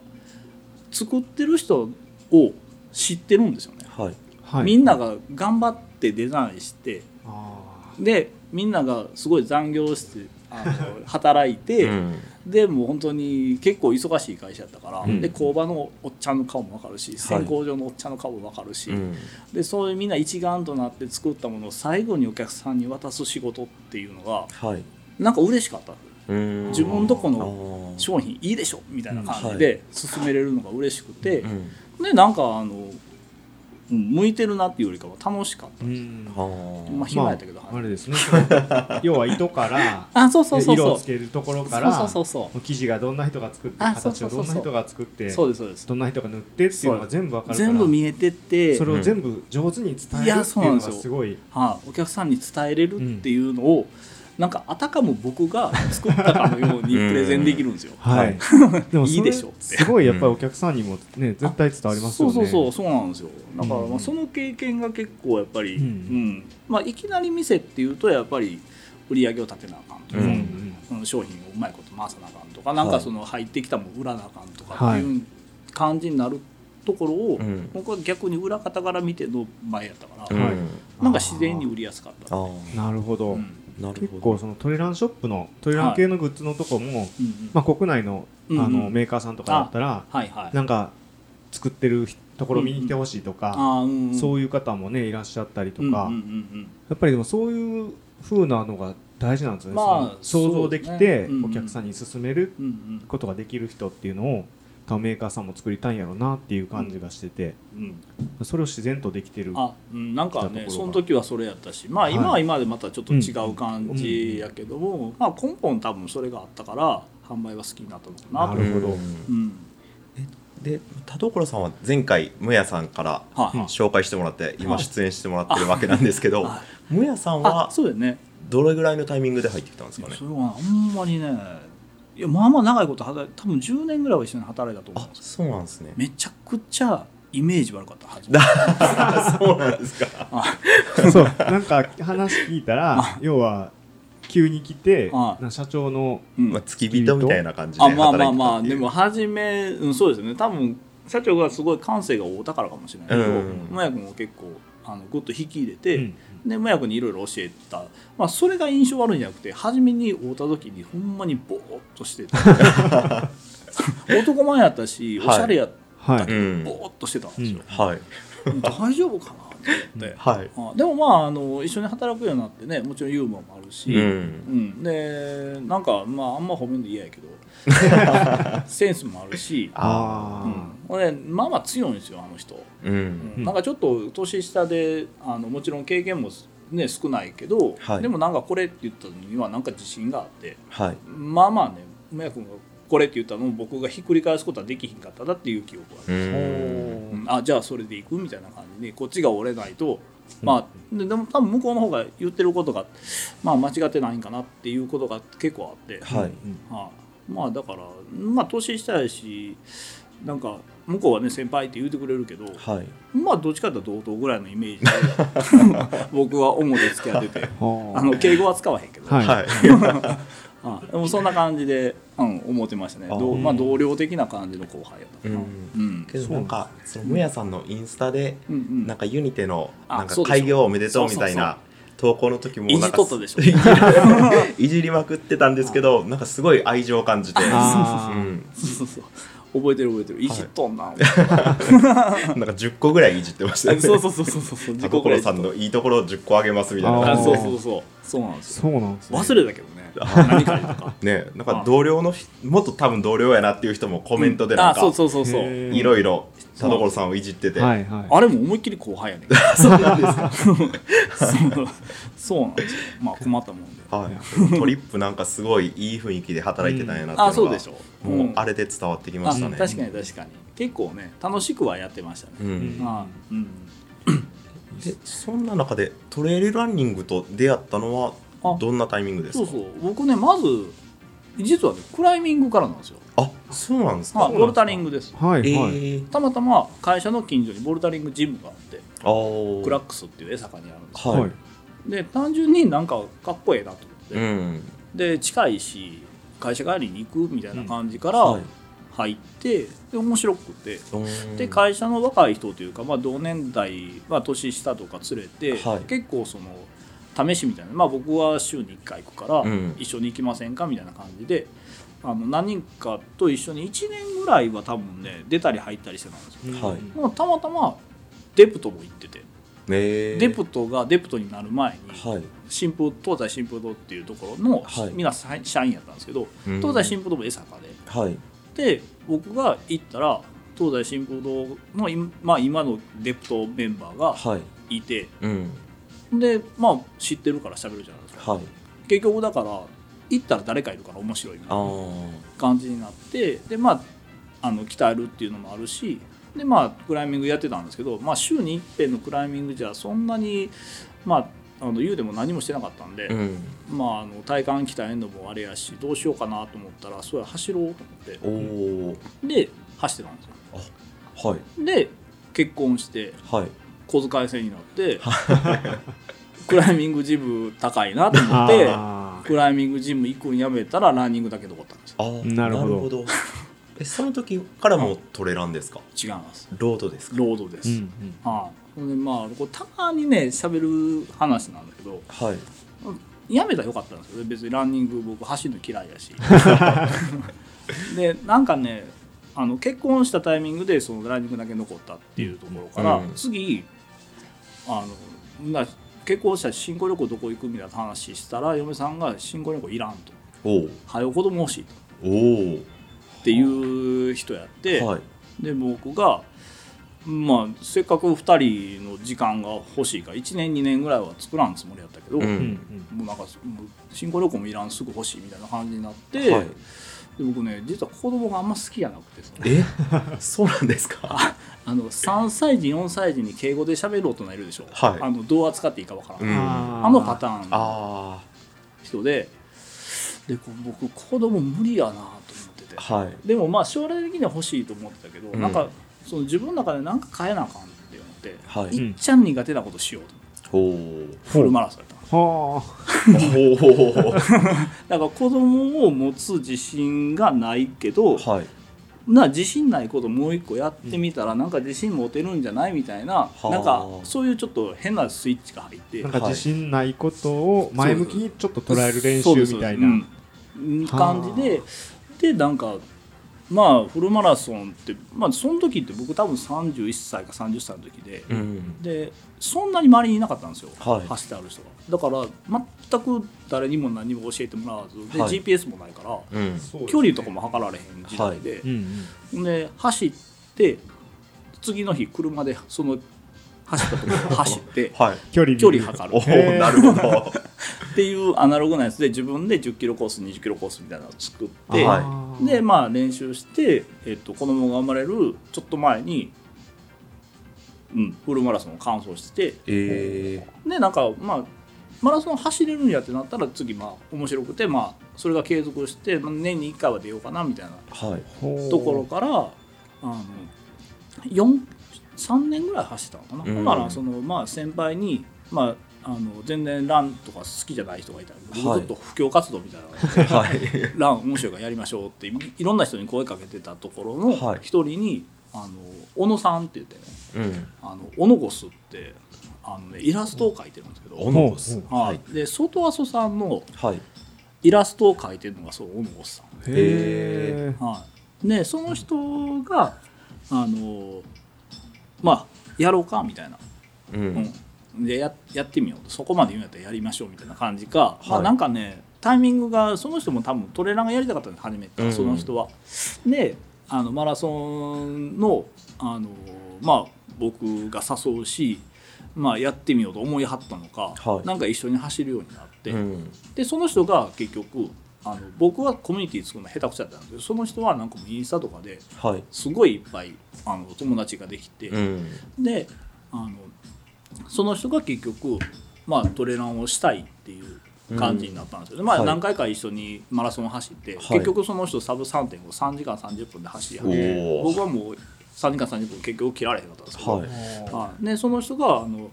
Speaker 1: 作ってる人を知ってるんですよね。
Speaker 2: はい
Speaker 3: は
Speaker 1: みんなが頑張ってデザインして
Speaker 3: あ
Speaker 1: でみんながすごい残業してあ の働いて、
Speaker 2: うん
Speaker 1: でもう本当に結構忙しい会社やったから、
Speaker 2: うん
Speaker 1: で工場のおっちゃんの顔も分かるし線工場のおっちゃんの顔も分かるし、
Speaker 2: うん
Speaker 1: でそういうみんな一丸となって作ったものを最後にお客さんに渡す仕事っていうのが
Speaker 2: はい
Speaker 1: なんか嬉しかった
Speaker 2: うん
Speaker 1: 自分どこ
Speaker 2: あ
Speaker 1: の
Speaker 2: ー
Speaker 1: 商品いいでしょみたいな感
Speaker 2: う
Speaker 1: じ
Speaker 2: ん
Speaker 1: で進めれるのが嬉しくて、
Speaker 2: うん
Speaker 1: でなんかあのうん向いてるなっていうよりかは楽しかった
Speaker 3: あうん
Speaker 2: あー
Speaker 1: まあ暇やったけど、
Speaker 3: まああれですね 要は糸から
Speaker 1: あそうそうそう
Speaker 3: 色
Speaker 1: そ
Speaker 3: を
Speaker 1: う
Speaker 3: つけるところから
Speaker 1: そうそうそうそ
Speaker 3: 生地がどんな人が作って
Speaker 1: あ
Speaker 3: 形を
Speaker 1: そ
Speaker 3: ど
Speaker 1: うそうそうん
Speaker 3: な
Speaker 1: そう
Speaker 3: 人が作って
Speaker 1: うそうですそうです
Speaker 3: どんな人が塗ってっていうのが全部わかるから
Speaker 1: 全部見えてって
Speaker 3: それを全部上手に伝えるっていうのがすごい
Speaker 1: はいお客さんに伝えれるっていうのを、なんかあたかも僕が作ったかの ように
Speaker 2: うん
Speaker 1: プレゼンできるんですよ。
Speaker 3: はい でもそ
Speaker 1: い
Speaker 3: れ
Speaker 1: いでしょって
Speaker 3: すごいやっぱりお客さんにもね絶対伝わりますよね
Speaker 1: そうそうそうそうなんですよだから
Speaker 3: うん
Speaker 1: ま
Speaker 3: う
Speaker 1: あ
Speaker 3: ん
Speaker 1: その経験が結構やっぱり、
Speaker 3: う
Speaker 1: うんんまあ、いきなり店っていうとやっぱり売り上げを立てなあかんとか、
Speaker 2: うん
Speaker 1: うん商品をうまいこと回さなあかんとかなん
Speaker 2: は
Speaker 1: か
Speaker 2: い
Speaker 1: その入ってきたもん売らなあかんとかっていう感じになるところを、
Speaker 2: うん
Speaker 1: 僕は逆に裏方から見ての前やったから、
Speaker 2: うん
Speaker 3: はい
Speaker 1: なんか自然に売りやすかった。
Speaker 2: あ
Speaker 1: う
Speaker 2: ー
Speaker 3: なるほど、
Speaker 1: ん
Speaker 2: なる
Speaker 3: 結
Speaker 2: ほ
Speaker 3: 構
Speaker 2: ど
Speaker 3: そのトレランショップのトレラン系のグッズのとこも、
Speaker 1: うんうん
Speaker 3: まあ、国内のあ
Speaker 1: うんうん
Speaker 3: のメーカーさんとかだったら、
Speaker 1: はいはい。
Speaker 3: なんか作ってるところ見に来てほしいとか、
Speaker 1: あーうんうん
Speaker 3: そういう方もねいらっしゃったりと
Speaker 1: うんうん
Speaker 3: か、
Speaker 1: うん
Speaker 3: や
Speaker 1: うん
Speaker 3: っぱりでもそういう風なのが大事なんですよね、
Speaker 1: まあ
Speaker 3: その想像でき
Speaker 1: そう
Speaker 3: て
Speaker 1: ですねうんうん
Speaker 3: お客さんに勧める
Speaker 1: うんうん
Speaker 3: ことができる人っていうのを多分メーカーさんも作りたいんやろうなっていう感じがしてて、
Speaker 1: うん
Speaker 3: それを自然とできてる
Speaker 1: あうんなんかね
Speaker 3: 来たところが
Speaker 1: その時はそれやったしまあ今は
Speaker 3: はい
Speaker 1: 今でまたちょっと違う感じやけども、まあ根本多分それがあったから販売は好きになったのかな
Speaker 3: な
Speaker 1: と
Speaker 3: るほど
Speaker 2: うん
Speaker 1: うん
Speaker 2: で田所さんは前回むやさんから
Speaker 1: はい、
Speaker 3: うん
Speaker 2: 紹介してもらって今出演してもらってるわけなんですけど
Speaker 1: あ
Speaker 2: むやさん
Speaker 1: あ
Speaker 2: は
Speaker 1: そうだよね
Speaker 2: どれぐらいのタイミングで入ってきたんですかね
Speaker 1: それはあんまりねいやまあまあ長いこと働い多分10年ぐらいは一緒に働いたと思う
Speaker 2: あ
Speaker 1: んですよ
Speaker 2: そうなんですね
Speaker 1: めちゃくちゃイメージ悪かったはず
Speaker 2: そうなんですか。
Speaker 3: そうなんか話聞いたら要は急に来て
Speaker 1: はい
Speaker 3: な社長の
Speaker 1: うん
Speaker 2: まあ、付き人みたいな感じで
Speaker 1: あま
Speaker 2: 働い
Speaker 1: あ
Speaker 2: てたっていう。
Speaker 1: まあまあでも初め、うん、そうですよね多分社長がすごい感性が大だからかもしれないけど
Speaker 2: うん
Speaker 1: 麻也君を結構あのグッと引き入れて、
Speaker 3: うん
Speaker 1: で麻也君にいろいろ教えた、まあ、それが印象悪いんじゃなくて初めに会うた時にほんまにボーっとして た男前やったしおしゃれやっ
Speaker 3: は
Speaker 1: たけ
Speaker 3: い
Speaker 1: ど、
Speaker 2: はいうん
Speaker 1: ボーっとしてたんですよ、
Speaker 2: はい。
Speaker 1: 大丈夫かなって思って、
Speaker 2: はい。
Speaker 1: あでもまああの一緒に働くようになってねもちろんユーモアもあるし、
Speaker 2: うん。
Speaker 1: うん、でなんかまああんま褒めるの嫌やけ どセンスもあるし、
Speaker 2: あ
Speaker 1: うん、ほんでまあまあ強いんですよあの人、
Speaker 2: ー。う。
Speaker 1: うんんなんかちょっと年下であのもちろん経験も、ね、少ないけど、
Speaker 2: はい
Speaker 1: でもなんかこれって言ったのにはなんか自信があって
Speaker 2: はい。
Speaker 1: まあまあね梅谷君がこれって言ったのを僕がひっくり返すことはできひんかっただっていう記憶があ
Speaker 2: う
Speaker 1: る、
Speaker 2: ん。
Speaker 1: うんあじゃあそれでいくみたいな感じでこっちが折れないと。まあ、ででも多分向こうの方が言ってることが、まあ、間違ってないんかなっていうことが結構あって、
Speaker 2: はい。
Speaker 1: はい、まあだからまあ年下やしなんか向こうはね先輩って言うてくれるけど、
Speaker 2: はい。
Speaker 1: まあどっちかというと同等ぐらいのイメージで 僕は主で付き合っててあの敬語は使わへんけど、
Speaker 3: はい
Speaker 2: は
Speaker 1: あでもそんな感じで、うん、思ってましたね
Speaker 2: あー
Speaker 1: どうまあ、同僚的な感じの後輩やった
Speaker 2: い。う
Speaker 1: かな。
Speaker 2: ん。
Speaker 1: うん
Speaker 2: けどなんかそのむやさんのインスタで
Speaker 1: うんうん
Speaker 2: なんかユニテの
Speaker 1: あ
Speaker 2: なんか
Speaker 1: そうでしょ
Speaker 2: 開業おめでとうみたいな投稿の時もなんか
Speaker 1: いじっとったでしょ
Speaker 2: いじりまくってたんですけどなんかすごい愛情を感じて、
Speaker 3: あー
Speaker 2: うん、
Speaker 1: そうそうそう覚えてる覚えてるいじっとんな、
Speaker 2: なんか10個ぐらいいじってました
Speaker 1: あ
Speaker 2: ね
Speaker 1: そうそうそうそうそう
Speaker 2: 田
Speaker 1: 自己ぐら
Speaker 2: 所
Speaker 1: い
Speaker 2: さんのいいところを10個あげますみたいな
Speaker 1: あ
Speaker 2: 感じ
Speaker 1: そう
Speaker 2: で
Speaker 1: そうそうそうなんですよ
Speaker 3: そうなんですね
Speaker 1: 忘れたけど ね何かにとか
Speaker 2: ねなんか同僚の人もっと多分同僚やなっていう人もコメントでなん
Speaker 1: あそ
Speaker 2: か
Speaker 1: うそうそうそう
Speaker 3: へー
Speaker 2: いろいろ田所さんをいじってて、
Speaker 3: はいはい
Speaker 1: あれも思いっきり後輩やねん
Speaker 2: そうなんですか、
Speaker 1: そうそうなんですよまあ困ったもんで
Speaker 2: はい、トリップなんかすごいいい雰囲気で働いてたんやなっていうのが、
Speaker 1: あそうでしょ
Speaker 2: もうあ
Speaker 1: れ
Speaker 2: れで伝わってきま
Speaker 1: ま
Speaker 2: し
Speaker 1: したた
Speaker 2: ね。
Speaker 1: ね確かに確かに結構ね楽しくはやってました
Speaker 2: う
Speaker 1: ね
Speaker 2: ん、
Speaker 1: あうん
Speaker 2: でそんな中でトレイルランニングと出会ったのは
Speaker 1: あ
Speaker 2: どんなタイミングですか
Speaker 1: そうそう僕ねまず実はねクライミングからなんですよ
Speaker 2: あそうなんですか、
Speaker 1: まあボルタリングです
Speaker 3: はい
Speaker 2: え
Speaker 3: はい
Speaker 2: ー、
Speaker 1: たまたま会社の近所にボルタリングジムがあって
Speaker 2: あー
Speaker 1: クラックスっていう江坂にあるんです
Speaker 2: はい、
Speaker 3: はい
Speaker 1: で単純になんかかっこええなと思って
Speaker 2: うん
Speaker 1: で近いし会社帰りに行くみたいな感じから
Speaker 2: はい
Speaker 1: 入って、で面白くて
Speaker 2: うん
Speaker 1: で会社の若い人というか、まあ、同年代、まあ、年下とか連れて、
Speaker 2: はい
Speaker 1: 結構その試しみたいな、まあ、僕は週に1回行くから、
Speaker 2: うん
Speaker 1: 一緒に行きませんかみたいな感じであの何人かと一緒に1年ぐらいは多分ね出たり入ったりしてたんですよ。
Speaker 2: はい
Speaker 1: まあたまたまデプトも行ってて、
Speaker 2: えー、
Speaker 1: デプトがデプトになる前に、
Speaker 2: はい
Speaker 1: 新風東西新風堂っていうところの、
Speaker 2: はい
Speaker 1: みんな社社員やったんですけど
Speaker 2: うん
Speaker 1: 東西新風堂も江坂で
Speaker 2: はい
Speaker 1: で僕が行ったら東西新風堂の今,、まあ、今のデプトメンバーが
Speaker 2: はい
Speaker 1: いて
Speaker 2: うん
Speaker 1: でまあ知ってるから喋るじゃないですか
Speaker 2: はい
Speaker 1: 結局だから行ったら誰かいるから面白いみた
Speaker 2: あ
Speaker 1: いな
Speaker 2: ー
Speaker 1: 感じになってでまああの鍛えるっていうのもあるしでまあクライミングやってたんですけど、まあ、週に一遍のクライミングじゃそんなにまああの言うでも何もしてなかったんで、
Speaker 2: うん
Speaker 1: まあ、あの体幹鍛えるのもあれやしどうしようかなと思ったらそれ走ろうと思
Speaker 2: おお
Speaker 1: ってで走ってたんですよ
Speaker 2: はい
Speaker 1: で結婚して
Speaker 2: はい
Speaker 1: 小遣い制になってクライミングジム高いなと思って
Speaker 3: あー
Speaker 1: クライミングジム行くんやめたらランニングだけ残ったんですよ
Speaker 2: あー
Speaker 3: なるほど
Speaker 2: えその時からもうトレランですか
Speaker 1: 違います
Speaker 2: ロードですか
Speaker 1: ロードです、
Speaker 3: う
Speaker 1: は
Speaker 3: ん
Speaker 1: い
Speaker 3: うん
Speaker 1: ほんでまあこれたまにね喋る話なんだけど
Speaker 2: はい
Speaker 1: やめたらよかったんですけど別にランニング僕走るの嫌い やしでなんかねあの結婚したタイミングでそのランニングだけ残ったっていうところから、
Speaker 2: うん
Speaker 1: 次あのな結婚したら新婚旅行どこ行くみたいな話したら嫁さんが新婚旅行いらんと
Speaker 2: おお
Speaker 1: 早う子供欲しいと
Speaker 2: おお
Speaker 1: っていう人やって、
Speaker 2: はい
Speaker 1: で僕が、まあ、せっかく2人の時間が欲しいから1年2年ぐらいは作らんつもりやったけど、
Speaker 2: うん
Speaker 3: うん
Speaker 1: もうなんかもう新婚旅行もいらんすぐ欲しいみたいな感じになって、
Speaker 2: はい
Speaker 1: で僕ね実は子供があんま好きやなくてその
Speaker 2: え そうなんですか
Speaker 1: あの3歳児4歳児に敬語で喋る大人いるでしょ、
Speaker 2: はい
Speaker 1: あのどう扱っていいかわからん、
Speaker 2: うん
Speaker 3: あー
Speaker 1: あのパターンの
Speaker 2: あ
Speaker 1: 人ででこう僕子供無理やなと思ってて
Speaker 2: あはい
Speaker 1: でもまあ将来的には欲しいと思ってたけど、
Speaker 2: うん
Speaker 1: なんかその自分の中で何か変えなあかんって思って、
Speaker 2: はい
Speaker 1: いっちゃん苦手なことしようと
Speaker 2: ほう
Speaker 1: フルマラソンやったの
Speaker 3: は
Speaker 2: ほ
Speaker 1: だから子供を持つ自信がないけど、
Speaker 2: うはい
Speaker 1: な自信ないこともう一個やってみたら、なんか自信持てるんじゃないみたいな、
Speaker 2: あ
Speaker 1: なんかそういうちょっと変なスイッチが入って
Speaker 3: あなんか自信ないことを前向きにちょっと捉える練
Speaker 1: そうで
Speaker 3: 習
Speaker 1: す
Speaker 3: みたい
Speaker 1: そう
Speaker 3: な
Speaker 1: ですうん感じででなんかまあフルマラソンって、まあ、その時って僕多分31歳か30歳の時で、
Speaker 2: うん
Speaker 1: でそんなに周りにいなかったんですよ、
Speaker 2: はい
Speaker 1: 走ってある人がだから全く誰にも何にも教えてもらわずで、
Speaker 2: はい
Speaker 1: GPS もないから
Speaker 2: うん
Speaker 1: 距離とかも測られへん時代で、
Speaker 3: うんうん
Speaker 1: で走って次の日車でその走ったところを走って
Speaker 2: はい
Speaker 3: 距離
Speaker 1: 距離測
Speaker 2: お
Speaker 1: る
Speaker 2: おなるほど
Speaker 1: っていうアナログなやつで自分で1 0キロコース2 0キロコースみたいなのを作って、
Speaker 2: はい
Speaker 1: でまあ練習して、えっと、子供が生まれるちょっと前に、うん、フルマラソンを完走して
Speaker 2: え
Speaker 1: でなんかまあマラソン走れるんやってなったら次まあ面白くてまあそれが継続してまあ年に1回は出ようかなみたいな
Speaker 2: ー、はい
Speaker 1: ところからあの4 3年ぐらい走ったのかな、
Speaker 2: うん
Speaker 1: だからその、まあ、先輩に、まあ、あの全然ランとか好きじゃない人がいたら僕
Speaker 2: はい
Speaker 1: ずっと布教活動みたいなので、
Speaker 2: はい
Speaker 1: ラン面白いからやりましょうって今いろんな人に声かけてたところの
Speaker 2: はい
Speaker 1: 一人に、あの小野さんって言ってね
Speaker 2: うん
Speaker 1: あの小野ゴスってあの、ね、イラストを描いてるんですけど、
Speaker 2: オノス
Speaker 1: はいで外阿蘇さんの
Speaker 2: はい
Speaker 1: イラストを描いてるのがそう小野ゴスさん。
Speaker 3: へー
Speaker 1: はい、でその人があのまあやろうかみたいな、
Speaker 2: う
Speaker 1: うんんでややってみようとそこまで言うんやったらやりましょうみたいな感じか、ま
Speaker 2: は
Speaker 1: あ、
Speaker 2: い
Speaker 1: なんかねタイミングがその人も多分トレーラーがやりたかったんです初めて、
Speaker 2: うん
Speaker 1: その人は。であのマラソンのあの、まあ、僕が誘うし、まあ、やってみようと思いはったのか、
Speaker 2: はい
Speaker 1: なんか一緒に走るようになって。
Speaker 2: うん
Speaker 1: でその人が結局あの僕はコミュニティ作るの下手くそだったんですけどその人はなんかもうインスタとかで
Speaker 2: はい
Speaker 1: すごいいっぱいあの友達ができて、
Speaker 2: うん
Speaker 1: であのその人が結局、まあ、トレランをしたいっていう感じになったんですけど、ま
Speaker 2: は
Speaker 1: あ、
Speaker 2: い
Speaker 1: 何回か一緒にマラソンを走って、
Speaker 2: い
Speaker 1: 結局その人サブ3.53時間30分で走り始
Speaker 2: お
Speaker 1: め
Speaker 2: ー
Speaker 1: 僕はもう3時間30分結局切られへんかったんですけど、
Speaker 2: はい
Speaker 1: はい、でその人があの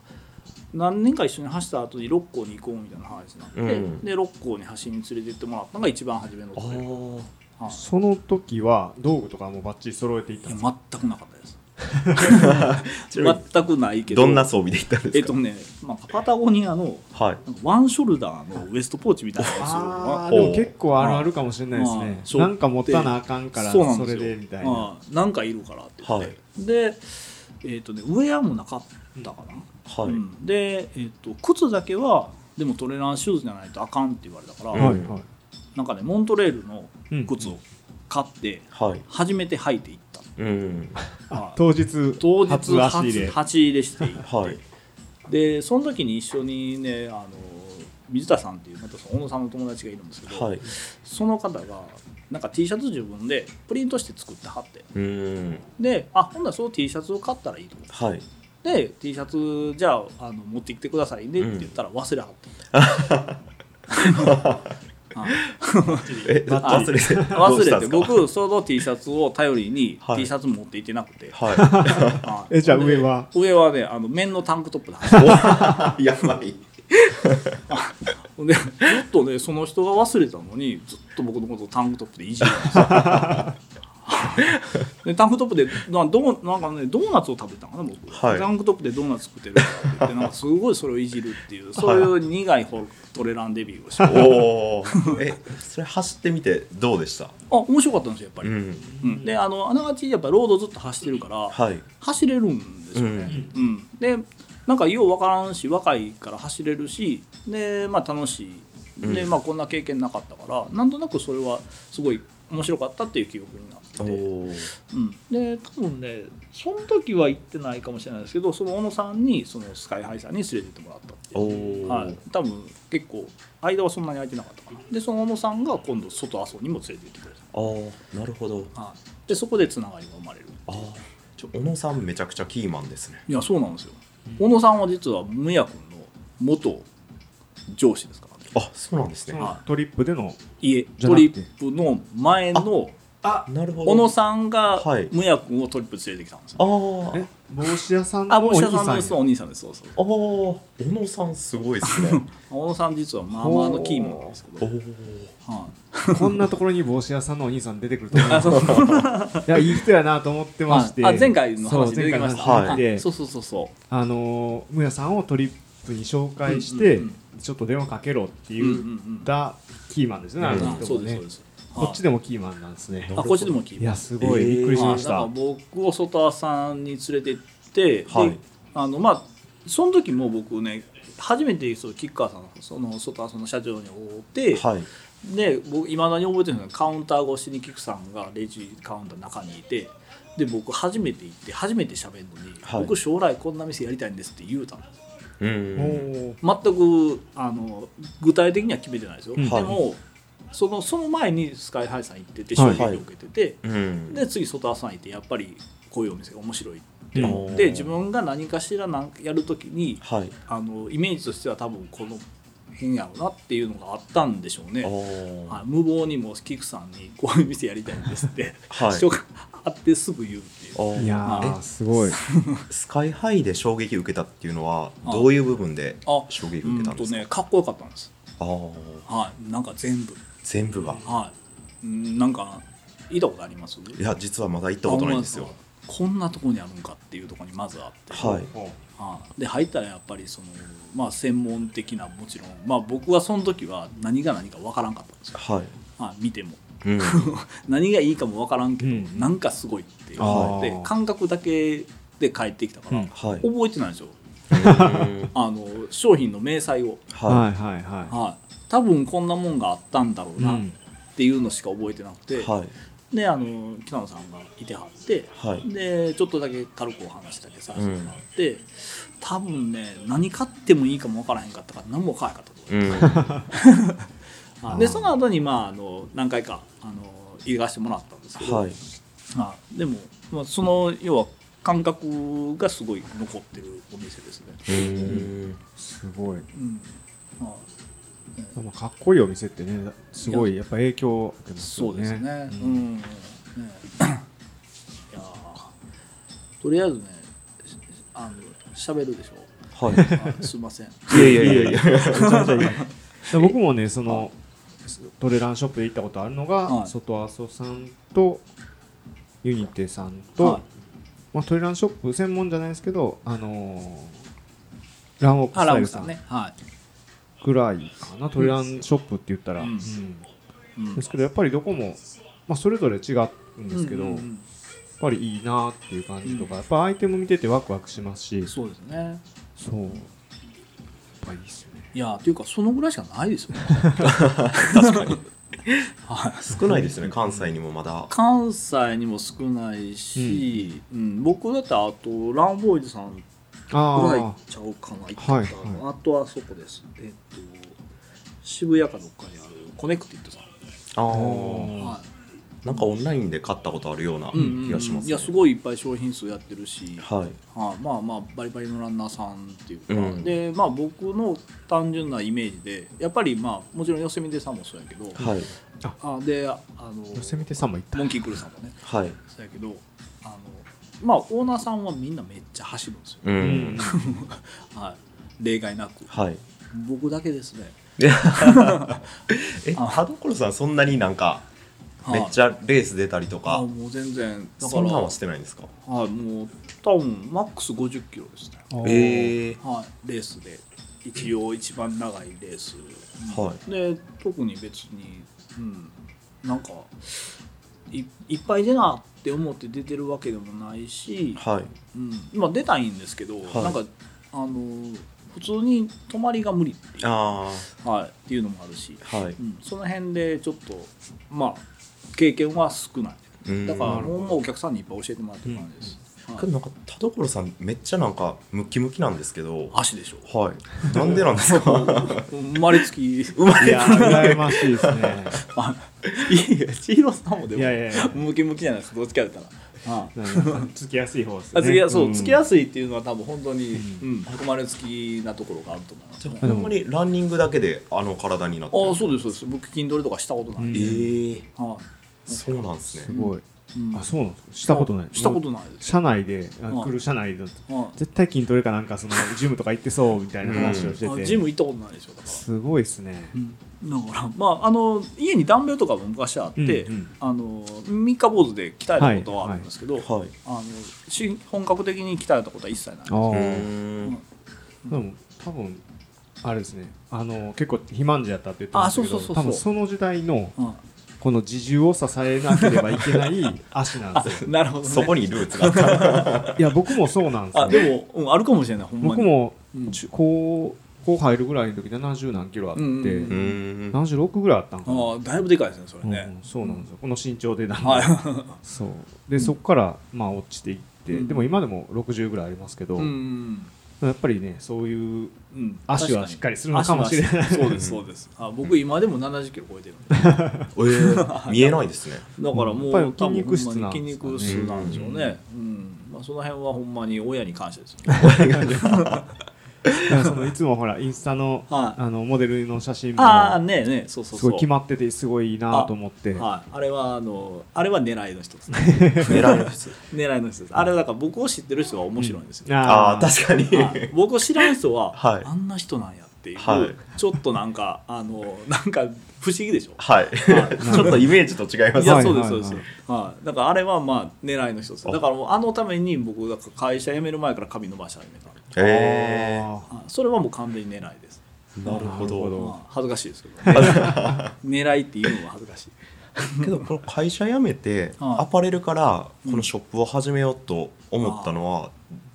Speaker 1: 何年か一緒に走った後に六甲に行こうみたいな話になって、
Speaker 2: うん
Speaker 1: で六甲に走りに連れて行ってもらったのが一番初めのこ
Speaker 2: あ
Speaker 1: とで、はい、い
Speaker 3: その時は道具とかもバッチリ揃えていた
Speaker 1: や
Speaker 3: んです
Speaker 1: 全くなかったです
Speaker 2: ちなみに
Speaker 1: 全くないけど
Speaker 2: どんな装備で行ったんですか
Speaker 1: えっとね、まあ、パタゴニアの
Speaker 2: はい
Speaker 1: なんかワンショルダーのウエストポーチみたいなのをするの
Speaker 3: あ
Speaker 1: は
Speaker 3: ーでも結構あるあるかもしれないです
Speaker 1: はい
Speaker 3: ね、
Speaker 1: そう
Speaker 3: なんか持ったなあかんから
Speaker 1: そうなん
Speaker 3: そ
Speaker 1: です
Speaker 3: れ
Speaker 1: よ
Speaker 3: でみたいな
Speaker 1: うんなんかいるからって言って、でえっとねウェアもなかったかな、
Speaker 2: はい
Speaker 1: うんで、えっと靴だけはでもトレランシューズじゃないとあかんって言われたから、
Speaker 2: う
Speaker 3: はい
Speaker 2: ん
Speaker 3: はい
Speaker 1: なんかねモントレールの靴
Speaker 3: うん
Speaker 1: を買って
Speaker 2: はい
Speaker 1: 初めて履いていった、
Speaker 2: うん
Speaker 1: あ
Speaker 3: 当日
Speaker 1: 当日
Speaker 3: 初足入
Speaker 1: 初
Speaker 3: れ
Speaker 1: 初入れしていって、
Speaker 2: はい
Speaker 1: でその時に一緒にねあの水田さんっていうまたその小野さんの友達がいるんですけど、
Speaker 2: はい
Speaker 1: その方がなんか T シャツ自分でプリントして作ってはって
Speaker 2: うん
Speaker 1: であほんならその T シャツを買ったらいいと思って
Speaker 2: はい
Speaker 1: で T シャツじゃああの持ってきてくださいねって言ったら忘れはった、はい
Speaker 2: え
Speaker 1: あ
Speaker 2: 忘れて ど
Speaker 1: 忘
Speaker 2: うした
Speaker 1: れ
Speaker 2: んで
Speaker 1: て
Speaker 2: すか
Speaker 1: 僕その T シャツを頼りに
Speaker 2: はい
Speaker 1: T シャツ持っていってなくて、
Speaker 2: は
Speaker 1: はい
Speaker 3: えじゃあ上は
Speaker 1: 上はねあの綿のタンクトップだった
Speaker 2: い やばい
Speaker 1: でずっとねその人が忘れたのにずっと僕のことをタンクトップでいじ るんですよでタンクトップでなどうなんかねドーナツを食べたのかな僕、
Speaker 2: はい
Speaker 1: タンクトップでドーナツ食ってるからって言ってなんかすごいそれをいじるっていうそういう苦いホトレランデビューをしてあ
Speaker 2: おお えそれ走ってみてどうでした
Speaker 1: 面白かったんですよやっぱり、
Speaker 2: うん
Speaker 1: うんであのあながちやっぱロードずっと走ってるから、
Speaker 2: はい
Speaker 1: 走れるんですよね、うんでなんかよう分からんし若いから走れるしで、まあ、楽しいで、
Speaker 2: うん
Speaker 1: まあ、こんな経験なかったからなんとなくそれはすごい面白かったっていう記憶になって
Speaker 2: お
Speaker 1: て、
Speaker 2: お
Speaker 1: うん、で多分ねその時は行ってないかもしれないですけどその小野さんにそのスカイハイさんに連れてってもらったって
Speaker 2: お
Speaker 1: いう。
Speaker 2: お
Speaker 1: はい、多分結構間はそんなに空いてなかったかなでその小野さんが今度外阿蘇にも連れて行ってくれ
Speaker 2: ああなるほど
Speaker 1: た、はい、でそこでつながりが生まれる
Speaker 2: ああちょ小野さんめちゃくちゃキーマンですね
Speaker 1: いやそうなんですよ小野さんは実は宗也君の元上司ですから、ね
Speaker 2: あそうなんですね
Speaker 3: トリップでの
Speaker 1: 家
Speaker 3: じ
Speaker 1: ト
Speaker 3: ゃなくて
Speaker 1: リップの前のあ
Speaker 2: なるほど
Speaker 1: 小野さんが
Speaker 2: はい
Speaker 1: むや君をトリップ連れてきたんですよ、
Speaker 2: あー
Speaker 3: え帽子屋さん
Speaker 1: あ
Speaker 3: のお
Speaker 1: 帽子屋
Speaker 3: 兄
Speaker 1: さん
Speaker 3: さん
Speaker 1: の
Speaker 3: や
Speaker 1: そうお兄さんですそうそう
Speaker 2: あー小野さんすごいですね
Speaker 1: 小野さん実はまあまあのキーマンなんですけ
Speaker 2: お
Speaker 1: ど、
Speaker 2: お
Speaker 1: はい、
Speaker 3: こんなところに帽子屋さんのお兄さん出てくると思いま
Speaker 1: あ
Speaker 3: す
Speaker 1: そうそう
Speaker 3: いやいい人やなと思ってまして
Speaker 1: あ前回の話出てきました
Speaker 3: そう前回の話
Speaker 2: はい
Speaker 3: で
Speaker 1: あそうそうそうそ
Speaker 3: あのむやさんをトリップに紹介して、
Speaker 1: うんうん
Speaker 3: ちょっと電話かけろって
Speaker 1: ううん
Speaker 3: 言ったキーマンですね、
Speaker 2: うん
Speaker 1: うんう
Speaker 3: あ
Speaker 1: ん
Speaker 3: の
Speaker 1: あそ
Speaker 3: 人
Speaker 1: う
Speaker 3: も
Speaker 1: です
Speaker 3: ね
Speaker 1: そうです
Speaker 3: こっちでもキーマンなんですね
Speaker 1: あこっちでも聞い
Speaker 3: い
Speaker 1: て
Speaker 3: やすごい、
Speaker 2: えー
Speaker 3: びっくりしまし
Speaker 1: あな
Speaker 3: た
Speaker 1: んか僕を外田さんに連れてって、で
Speaker 2: はい
Speaker 1: あのまあその時も僕ね初めてその吉川さんのその外田さんの社長に会って、
Speaker 2: はい
Speaker 1: で僕いまだに覚えてるのがカウンター越しに菊さんがレジカウンターの中にいてで僕初めて行って初めて喋るのに、
Speaker 2: はい
Speaker 1: 僕将来こんな店やりたいんですって言うたの
Speaker 2: う
Speaker 3: お
Speaker 2: ん
Speaker 3: ー
Speaker 1: 全くあの具体的には決めてないですよ、
Speaker 3: う
Speaker 1: で
Speaker 3: ん
Speaker 1: もそのその前にスカイハイさん行ってて
Speaker 3: は
Speaker 1: 衝
Speaker 3: い
Speaker 1: 撃を受けてて、
Speaker 2: うん
Speaker 1: で次外田さん行ってやっぱりこういうお店が面白いって
Speaker 3: うん
Speaker 1: 思って自分が何かしらなんかやるときに
Speaker 2: はい
Speaker 1: あのイメージとしては多分この辺やろうなっていうのがあったんでしょうね
Speaker 2: あ。ー
Speaker 1: はい無謀にもキクさんにこういう店やりたいんですって、
Speaker 2: はい
Speaker 1: 人が会ってすぐ言うっていう
Speaker 2: あー
Speaker 3: いやーすごい
Speaker 2: スカイハイで衝撃受けたっていうのはどういう部分で
Speaker 1: あ
Speaker 2: 衝撃受
Speaker 1: う
Speaker 2: けた
Speaker 1: んと
Speaker 2: んですか、
Speaker 1: ねかっこよかったんです
Speaker 2: ああ
Speaker 1: はいなんか全部
Speaker 2: 全部が
Speaker 1: はいうんなんかいいとことあります
Speaker 2: いや実はまだ行ったことないんですよ
Speaker 1: あほまですかこんなとこにあるんかっていうところにまずあって
Speaker 2: はい
Speaker 1: はい、で入ったらやっぱりその、まあ、専門的なもちろん、まあ、僕はその時は何が何か分からんかったんですよ、
Speaker 2: はい、
Speaker 1: はい、見ても
Speaker 2: うん、
Speaker 1: 何がいいかも分からんけど、
Speaker 3: うん
Speaker 1: なんかすごいって言われ
Speaker 3: あ
Speaker 1: て
Speaker 3: ー
Speaker 1: 感覚だけで帰ってきたから、
Speaker 3: うん
Speaker 2: はい
Speaker 1: 覚えてないんですよ
Speaker 2: うん
Speaker 1: あの商品の明細を、
Speaker 3: は
Speaker 2: はい
Speaker 3: はいは
Speaker 1: はい、多分こんなもんがあったんだろ
Speaker 3: いう
Speaker 1: なっていうのしか覚えてなくて、
Speaker 2: いはい
Speaker 1: であの北野さんがいてはって、
Speaker 2: はい
Speaker 1: でちょっとだけ軽くお話だけさせて
Speaker 2: うん
Speaker 1: もらって、多分ね何買ってもいいかも分からへんかったから何も買わへんかったと
Speaker 2: うん
Speaker 1: 思う、
Speaker 3: あー
Speaker 1: でその後にまああの何回かあの入れ替えしてもらったんですけど、
Speaker 2: はい
Speaker 1: まあ、でも、まあ、その要は感覚がすごい残ってるお店ですね、
Speaker 2: うん
Speaker 3: すごい
Speaker 1: うんまあ
Speaker 3: でもかっこいいお店ってねすごいやっぱ影響を受けます
Speaker 1: そ
Speaker 3: よ
Speaker 1: う
Speaker 3: ね
Speaker 1: ですね。うん。
Speaker 3: ん
Speaker 1: ねいやーとりあえずね、しあの喋るでしょ。
Speaker 2: はい
Speaker 1: あすいませ ん。
Speaker 2: いやいやいやいや
Speaker 3: で僕もねそのトレランショップで行ったことあるのが、
Speaker 1: はい
Speaker 3: 外阿蘇さんとユニテさんと、
Speaker 1: はい
Speaker 3: まあ、トレランショップ専門じゃないですけどあのーランオーク
Speaker 1: あ、
Speaker 3: ス
Speaker 1: ラ
Speaker 3: タイ
Speaker 1: ム
Speaker 3: ル
Speaker 1: さ
Speaker 3: さ
Speaker 1: ん
Speaker 3: ん
Speaker 1: ね。は
Speaker 3: ぐらいかな、トレランショップって言ったら、
Speaker 1: うんい。うん
Speaker 3: ですけどやっぱりどこも、まあ、それぞれ違うんですけど、
Speaker 1: うんうん
Speaker 3: やっぱりいいなっていう感じとか、やっぱアイテム見ててワクワクしますし
Speaker 1: うんそうですね。
Speaker 3: そうやっぱいいっすよね
Speaker 1: いやーというかそのぐらいしかないですよ ね。
Speaker 2: 少ないですね関西にもまだ
Speaker 1: 関西にも少ないし、うん僕だったらあとランボーイズさんぐらい行っ
Speaker 3: あ
Speaker 1: ちゃうかな。行った
Speaker 3: はい
Speaker 1: ことあるなあとはそこです。えっと渋谷かどっかにあるコネクティッドさん。
Speaker 2: あ
Speaker 3: あ
Speaker 2: ー
Speaker 1: はい。
Speaker 2: なんかオンラインで買ったことあるような気がします
Speaker 1: いやすごいいっぱい商品数やってるし、
Speaker 2: はい
Speaker 1: はいまあまあバリバリのランナーさんっていうか、
Speaker 2: うん
Speaker 1: でまあ僕の単純なイメージでやっぱりまあもちろんヨセミテさんもそうやけど、
Speaker 2: はい
Speaker 1: あであの
Speaker 3: 寄せみてさんも行った
Speaker 1: モンキークルーさんもね
Speaker 2: はい
Speaker 1: そうやけどあのまあオーナーさんはみんなめっちゃ走るんですよ、
Speaker 2: う
Speaker 3: うん
Speaker 1: はい、例外なく
Speaker 2: はい
Speaker 1: 僕だけですね、
Speaker 2: え田所さんそんなになんか
Speaker 1: はい
Speaker 2: めっちゃレース出たりと
Speaker 1: あ
Speaker 2: か
Speaker 1: もう全然だか
Speaker 2: そ
Speaker 1: ら
Speaker 2: んなんはしてないんですか
Speaker 1: はい、もう多分マックス50キロですね
Speaker 2: ええ
Speaker 1: はい、レースで一応一番長いレース、
Speaker 2: は
Speaker 1: で特に別に、うん、なんかいいっぱい出なって思って出てるわけでもないし、
Speaker 2: はい
Speaker 1: うん、まあ出たいんですけど、
Speaker 2: はい
Speaker 1: なんかあの普通に泊まりが無理っていう,、
Speaker 2: あ
Speaker 1: はい、っていうのもあるし、
Speaker 2: あはい
Speaker 1: うん、その辺でちょっとまあ経験は少ない
Speaker 2: うん
Speaker 1: だから
Speaker 3: なるほ
Speaker 1: も
Speaker 3: ど
Speaker 1: うもうお客さんにいっぱい教えてもらってる感じです、
Speaker 2: け
Speaker 1: は
Speaker 2: ど
Speaker 1: い
Speaker 2: なんか田所さんめっちゃなんかムキムキなんですけど
Speaker 1: 足でしょ
Speaker 2: はいなんでなんで すか
Speaker 1: 生まれつき
Speaker 2: 生ま
Speaker 3: い
Speaker 2: れ
Speaker 3: やー羨ましいです ね
Speaker 1: あ いや、千尋さんもで
Speaker 3: い
Speaker 1: も、
Speaker 3: やいやいや
Speaker 1: ムキムキじゃないですか、どっちかだったら。あ
Speaker 3: なんかつきやすい方ですね
Speaker 1: あつきやそう、つきや
Speaker 3: す
Speaker 1: すいっていうのは、多分本当に、
Speaker 3: う
Speaker 1: うん、生まれつきなところがあると思います、ね。
Speaker 2: ほんまにランニングだけであの体になって
Speaker 1: ああ、そうです、そうです、僕筋トレとかしたことない。
Speaker 3: うん
Speaker 2: ええ
Speaker 1: はい
Speaker 2: そうなんです
Speaker 3: す
Speaker 2: ね。
Speaker 3: ごい、
Speaker 1: うん
Speaker 3: あそうなんですかしたことない
Speaker 1: したことないです、
Speaker 3: 社内であ
Speaker 1: はい
Speaker 3: 来る社内だと
Speaker 1: は
Speaker 3: 絶対筋トレかなんかそのジムとか行ってそうみたいな話をしてて、
Speaker 1: い、あジム行ったことないですよだから
Speaker 3: すごいですね、
Speaker 1: だから、まあ、あの家にダンベルとかも昔あって、
Speaker 3: うんうん
Speaker 1: あの三日坊主で鍛えたことはあるんですけど、
Speaker 2: はい。
Speaker 1: あのし本格的に鍛えたことは一切ない
Speaker 3: ああ
Speaker 2: う
Speaker 3: で
Speaker 2: ーん。
Speaker 3: も多分あれですねあの結構肥満児やったって言ってましたけど
Speaker 1: あそうそうそうそう
Speaker 3: 多分その時代の
Speaker 1: うんあ
Speaker 3: この自重を支えなければいけない足なんですよ
Speaker 1: なるほど、ね、
Speaker 2: そこにルーツがあ った。
Speaker 3: いや僕もそうなんです
Speaker 1: あ
Speaker 3: よ、
Speaker 1: でも、うん、あるかもしれないほんまに
Speaker 3: 僕も
Speaker 1: うん
Speaker 3: 中高高入るぐらいの時70何キロあって、
Speaker 1: うんうんう
Speaker 2: うー
Speaker 1: ん
Speaker 2: ん。
Speaker 3: 76ぐらいあったんかな
Speaker 1: ああだいぶでかいですねそれね
Speaker 3: うん、そうなんですよこの身長でなんで
Speaker 1: は
Speaker 3: そうでそこからまあ落ちていって、
Speaker 1: うん
Speaker 3: でも今でも60ぐらいありますけど、
Speaker 1: いうん
Speaker 3: やっぱりねそういう
Speaker 1: うん
Speaker 3: 足はしっかりするのかもしれない
Speaker 1: 足はそうですそうですあ僕今でも70キロ超えてるんでだか
Speaker 2: えー見えないです ね。
Speaker 1: らもう
Speaker 3: やっぱり筋肉質なんです
Speaker 1: 多分ほんまに筋
Speaker 3: かね
Speaker 1: 肉質なんでしょうねうん、まあ、その辺はほんまに親に感謝ですよね
Speaker 3: だから そのいつもほらインスタの
Speaker 1: はい
Speaker 3: あのモデルの写真 も
Speaker 1: ああねえねえそうそう
Speaker 3: す
Speaker 1: そう
Speaker 3: ごい決まっててすごいいいなと思って
Speaker 1: はい、あれはあのあれは狙いの 一つ
Speaker 2: 狙いの質。
Speaker 1: 狙いの一つですあれはだから僕を知ってる人は面白いんですよ、
Speaker 2: ああ、
Speaker 3: か
Speaker 2: 確かに。
Speaker 1: はい僕を知らん人は、
Speaker 2: はい
Speaker 1: あんな人なんやっていう、
Speaker 2: はい
Speaker 1: ちょっとなんかあのなんか不思議でしょ
Speaker 2: はい。 ちょっとイメージと違います
Speaker 1: いや
Speaker 3: はい
Speaker 1: そうです
Speaker 3: はい
Speaker 1: そうです、はいだからあれはまあ狙いの一つだからもうあのために僕だから会社辞める前から髪伸ばし始めた
Speaker 2: ええ
Speaker 1: あそれはもう完全に狙いです、
Speaker 2: ー。なるほ
Speaker 3: なるほ
Speaker 2: ど
Speaker 3: ど。
Speaker 1: まあ、恥ずかしいですけど、ね、狙いっていうのは恥ずかしい
Speaker 2: けどこの会社辞めて
Speaker 1: はい
Speaker 2: アパレルからこのショップを始めようと思ったのは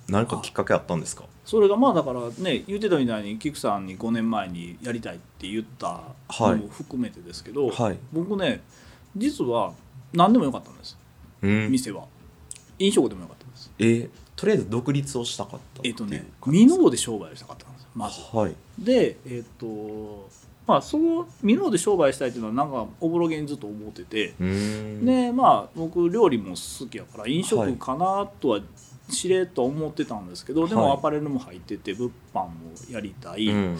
Speaker 2: 何かきっかけあったんですか
Speaker 1: それがまあだからね言ってたみたいにキクさんに5年前にやりたいって言ったのも含めてですけど、
Speaker 2: はい
Speaker 1: 僕ね実は何でもよかったんです
Speaker 2: うん
Speaker 1: 店は飲食でもよかったんです
Speaker 2: えーとりあえず独立をしたかったって
Speaker 1: え
Speaker 2: い
Speaker 1: っ、
Speaker 2: う
Speaker 1: とね
Speaker 2: 感じ
Speaker 1: 箕
Speaker 2: ですか
Speaker 1: 面で商売をしたかったんですまず
Speaker 2: はい
Speaker 1: でえっ、とまあその箕面で商売したいっていうのはなんかおぼろげにずっと思ってて、
Speaker 2: うん
Speaker 1: でまあ僕料理も好きやから飲食かなとはしれっと思ってたんですけど、でも
Speaker 2: は
Speaker 1: ア
Speaker 2: い
Speaker 1: パレルも入ってて物販もやりたい、
Speaker 2: うん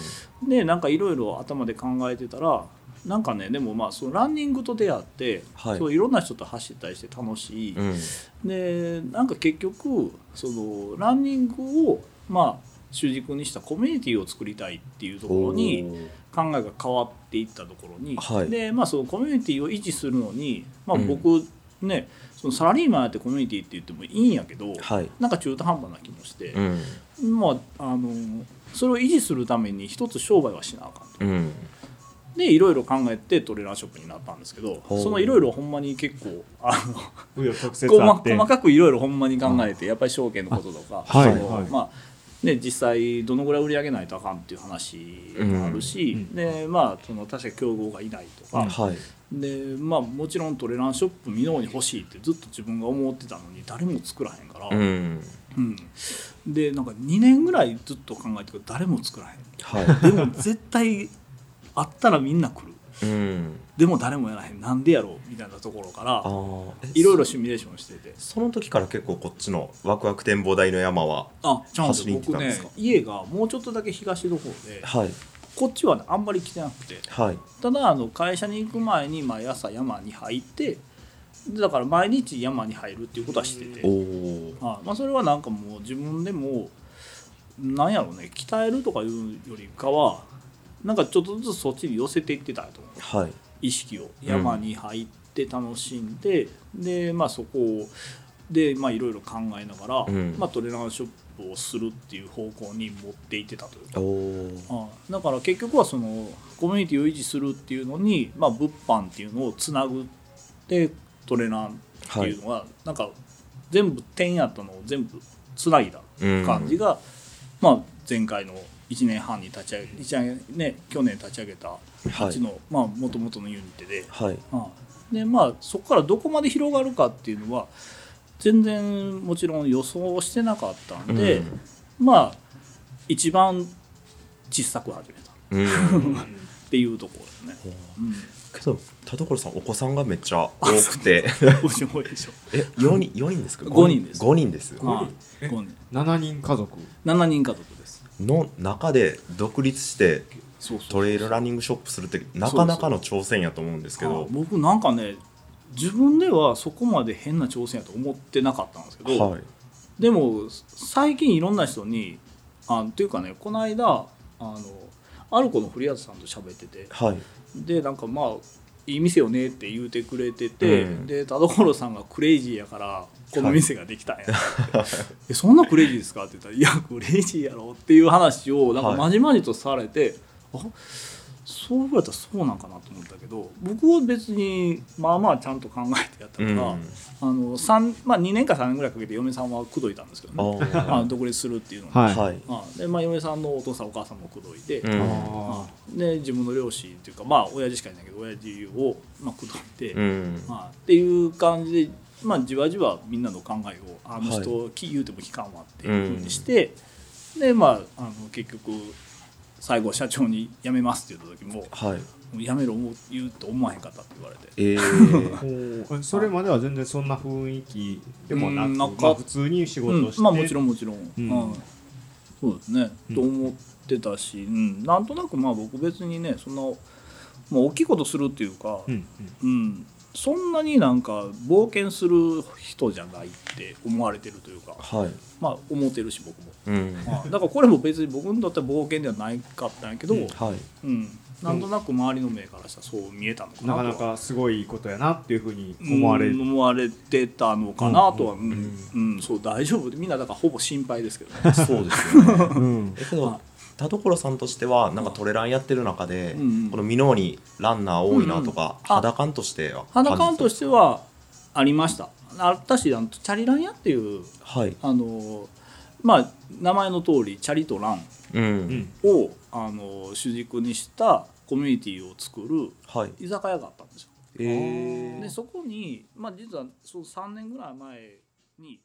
Speaker 1: でなんかいろいろ頭で考えてたらなんかねでもまあそのランニングと出会って、
Speaker 2: はい
Speaker 1: そういろんな人と走ったりして楽しい、
Speaker 2: うん
Speaker 1: でなんか結局そのランニングをまあ主軸にしたコミュニティを作りたいっていうところに考えが変わっていったところに、
Speaker 2: はい
Speaker 1: でまあそのコミュニティを維持するのに、まあ、
Speaker 2: うん
Speaker 1: 僕ね、そのサラリーマンやってコミュニティって言ってもいいんやけど、
Speaker 2: はい
Speaker 1: なんか中途半端な気もして
Speaker 2: う、ん
Speaker 1: まああのそれを維持するために一つ商売はしなあかんと。
Speaker 2: うん
Speaker 1: でいろいろ考えてトレーラーショップになったんですけど
Speaker 2: ほう
Speaker 1: そのいろいろほんまに結構あの
Speaker 3: 紆余曲折あ
Speaker 1: 細
Speaker 3: って
Speaker 1: 細かくいろいろほんまに考えてやっぱり証券のこととか
Speaker 3: あはい
Speaker 1: その
Speaker 3: はい
Speaker 1: まあね、実際どのぐらい売り上げないとあかんっていう話もあるし、
Speaker 3: うんうん
Speaker 1: でまあその他社競合がいないとか、
Speaker 2: はい
Speaker 1: でまあ、もちろんトレランショップ見ように欲しいってずっと自分が思ってたのに誰も作らへんから、
Speaker 2: うん
Speaker 1: うんでなんか2年ぐらいずっと考えてるけど誰も作らへん
Speaker 2: は
Speaker 1: でも 絶対あったらみんな来る
Speaker 2: いうん
Speaker 1: でも誰もやらへんなんでやろうみたいなところから
Speaker 2: あーえ
Speaker 1: いろいろシミュレーションしてて
Speaker 2: その時から結構こっちのワクワク展望台の山は
Speaker 1: あちゃうんと
Speaker 2: 走りに行って
Speaker 1: 僕
Speaker 2: たんで
Speaker 1: ね
Speaker 2: すか
Speaker 1: 家がもうちょっとだけ東の方で
Speaker 2: はい
Speaker 1: こっちはね、あんまり来てなくて
Speaker 2: はい
Speaker 1: ただあの会社に行く前に毎朝山に入ってだから毎日山に入るっていうことはしてて、
Speaker 2: おお
Speaker 1: はいまあ、それはなんかもう自分でもなんやろうね鍛えるとかいうよりかはなんかちょっとずつそっちに寄せていってたと思う
Speaker 2: はい
Speaker 1: 意識を山に入って楽しんで、でまあそこをでまあいろいろ考えながら、
Speaker 2: うん
Speaker 1: まあ、トレーナーショップをするっていう方向に持っていってたというか、
Speaker 2: おお
Speaker 1: あだから結局はそのコミュニティを維持するっていうのに、まあ、物販っていうのをつなぐでトレーナーっていうのは、なんか全部点やったのを全部つないだ感じが、まあ、前回の1年半に立ち上げ一年ね、去年立ち上げた8の、まあ、元々のユニットで、
Speaker 2: はい
Speaker 1: あでまあ、そこからどこまで広がるかっていうのは全然もちろん予想してなかったんで、
Speaker 2: うん
Speaker 1: まあ一番小さく始めたっ
Speaker 2: うん
Speaker 1: ていうところですね。うん
Speaker 2: けど田所さんお子さんがめっちゃ多くて
Speaker 1: おし多いでし ょ。
Speaker 2: え四人四人ですか
Speaker 1: 五人です
Speaker 2: 5人です
Speaker 1: まあ
Speaker 3: え
Speaker 1: 五人
Speaker 3: 7人家族
Speaker 1: 7人家族です。
Speaker 2: の中で独立して
Speaker 1: そうそう
Speaker 2: トレイルランニングショップするってなかなかの挑戦やと思うんですけ
Speaker 1: あ
Speaker 2: ど
Speaker 1: 僕なんかね自分ではそこまで変な挑戦やと思ってなかったんですけど、
Speaker 2: はい
Speaker 1: でも最近いろんな人にあっていうかねこの間あのアルコの古谷さんと喋ってて
Speaker 2: はい
Speaker 1: でなんかまあいい店よねって言うてくれてて、
Speaker 2: うん
Speaker 1: で田所さんがクレイジーやからこの店ができたんやって、 えそんなクレイジーですか?」って言ったら「いやクレイジーやろ」っていう話をなんか
Speaker 2: はい
Speaker 1: まじまじとされて、あそう言われたらそうなんかなと思ったけど僕は別にまあまあちゃんと考えてやった
Speaker 2: う
Speaker 1: か
Speaker 2: ん
Speaker 1: ら、あの三まあ、2年か3年ぐらいかけて嫁さんは口説いたんですけどね
Speaker 2: あ
Speaker 1: あ独立するっていうのを
Speaker 3: はい
Speaker 2: はい
Speaker 1: あでまあ、嫁さんのお父さんお母さんも口説いて、
Speaker 2: うん
Speaker 1: あで自分の両親っていうかまあ親父しかいないけど親父を、まあ、口説いて、
Speaker 2: うん
Speaker 1: まあ、っていう感じで、まあ、じわじわみんなの考えをあの人、
Speaker 2: は
Speaker 1: き言うても聞かんわっていうふうにして、でまああの結局最後社長に「辞めます」って言った時も
Speaker 2: はい
Speaker 1: 「もう辞めろもう言うと思わへんかった」って言われて。
Speaker 2: えー
Speaker 3: えそれまでは全然そんな雰囲気でもなく、
Speaker 1: うんなんか
Speaker 3: まあ、普通に仕事をして、
Speaker 1: うん、まあもちろんもちろん、
Speaker 3: う
Speaker 1: うんんそうですね、
Speaker 3: うん
Speaker 1: と思ってたし、うん、なんとなくまあ僕別にねそんな、まあ、大きいことするっていうか、
Speaker 3: うん
Speaker 1: うんそんなになんか冒険する人じゃないって思われてるというか
Speaker 2: はい
Speaker 1: まあ思ってるし僕も、
Speaker 2: うん
Speaker 1: まあ、だからこれも別に僕にとっては冒険ではないかったんやけど、うん
Speaker 2: はい
Speaker 1: なんとなく周りの目からしたらそう見えたのか
Speaker 3: うん
Speaker 1: な
Speaker 3: な
Speaker 1: と
Speaker 3: か
Speaker 1: は
Speaker 3: なかすごいことやなっていうふうに思われる、
Speaker 1: うん思われてたのかなとは、うんうんそう大丈夫みんなだからほぼ心配ですけど、ね、
Speaker 2: そうですよね
Speaker 3: うん
Speaker 2: えけ
Speaker 1: は
Speaker 2: ど
Speaker 1: い
Speaker 2: 田所さんとしてはなんかトレランやってる中で、
Speaker 1: うんうん
Speaker 2: このミノーにランナー多いなとか、
Speaker 1: うんうんあ
Speaker 2: 肌感としては
Speaker 1: 肌感と
Speaker 2: して
Speaker 1: してはありましたあったしあのチャリラン屋っていう
Speaker 2: はい
Speaker 1: あのまあ名前の通りチャリとラン
Speaker 2: うん、
Speaker 3: うん
Speaker 1: をあの主軸にしたコミュニティを作る
Speaker 2: はい
Speaker 1: 居酒屋があったんですよ
Speaker 2: えー
Speaker 1: でそこに、まあ、実はそう3年ぐらい前に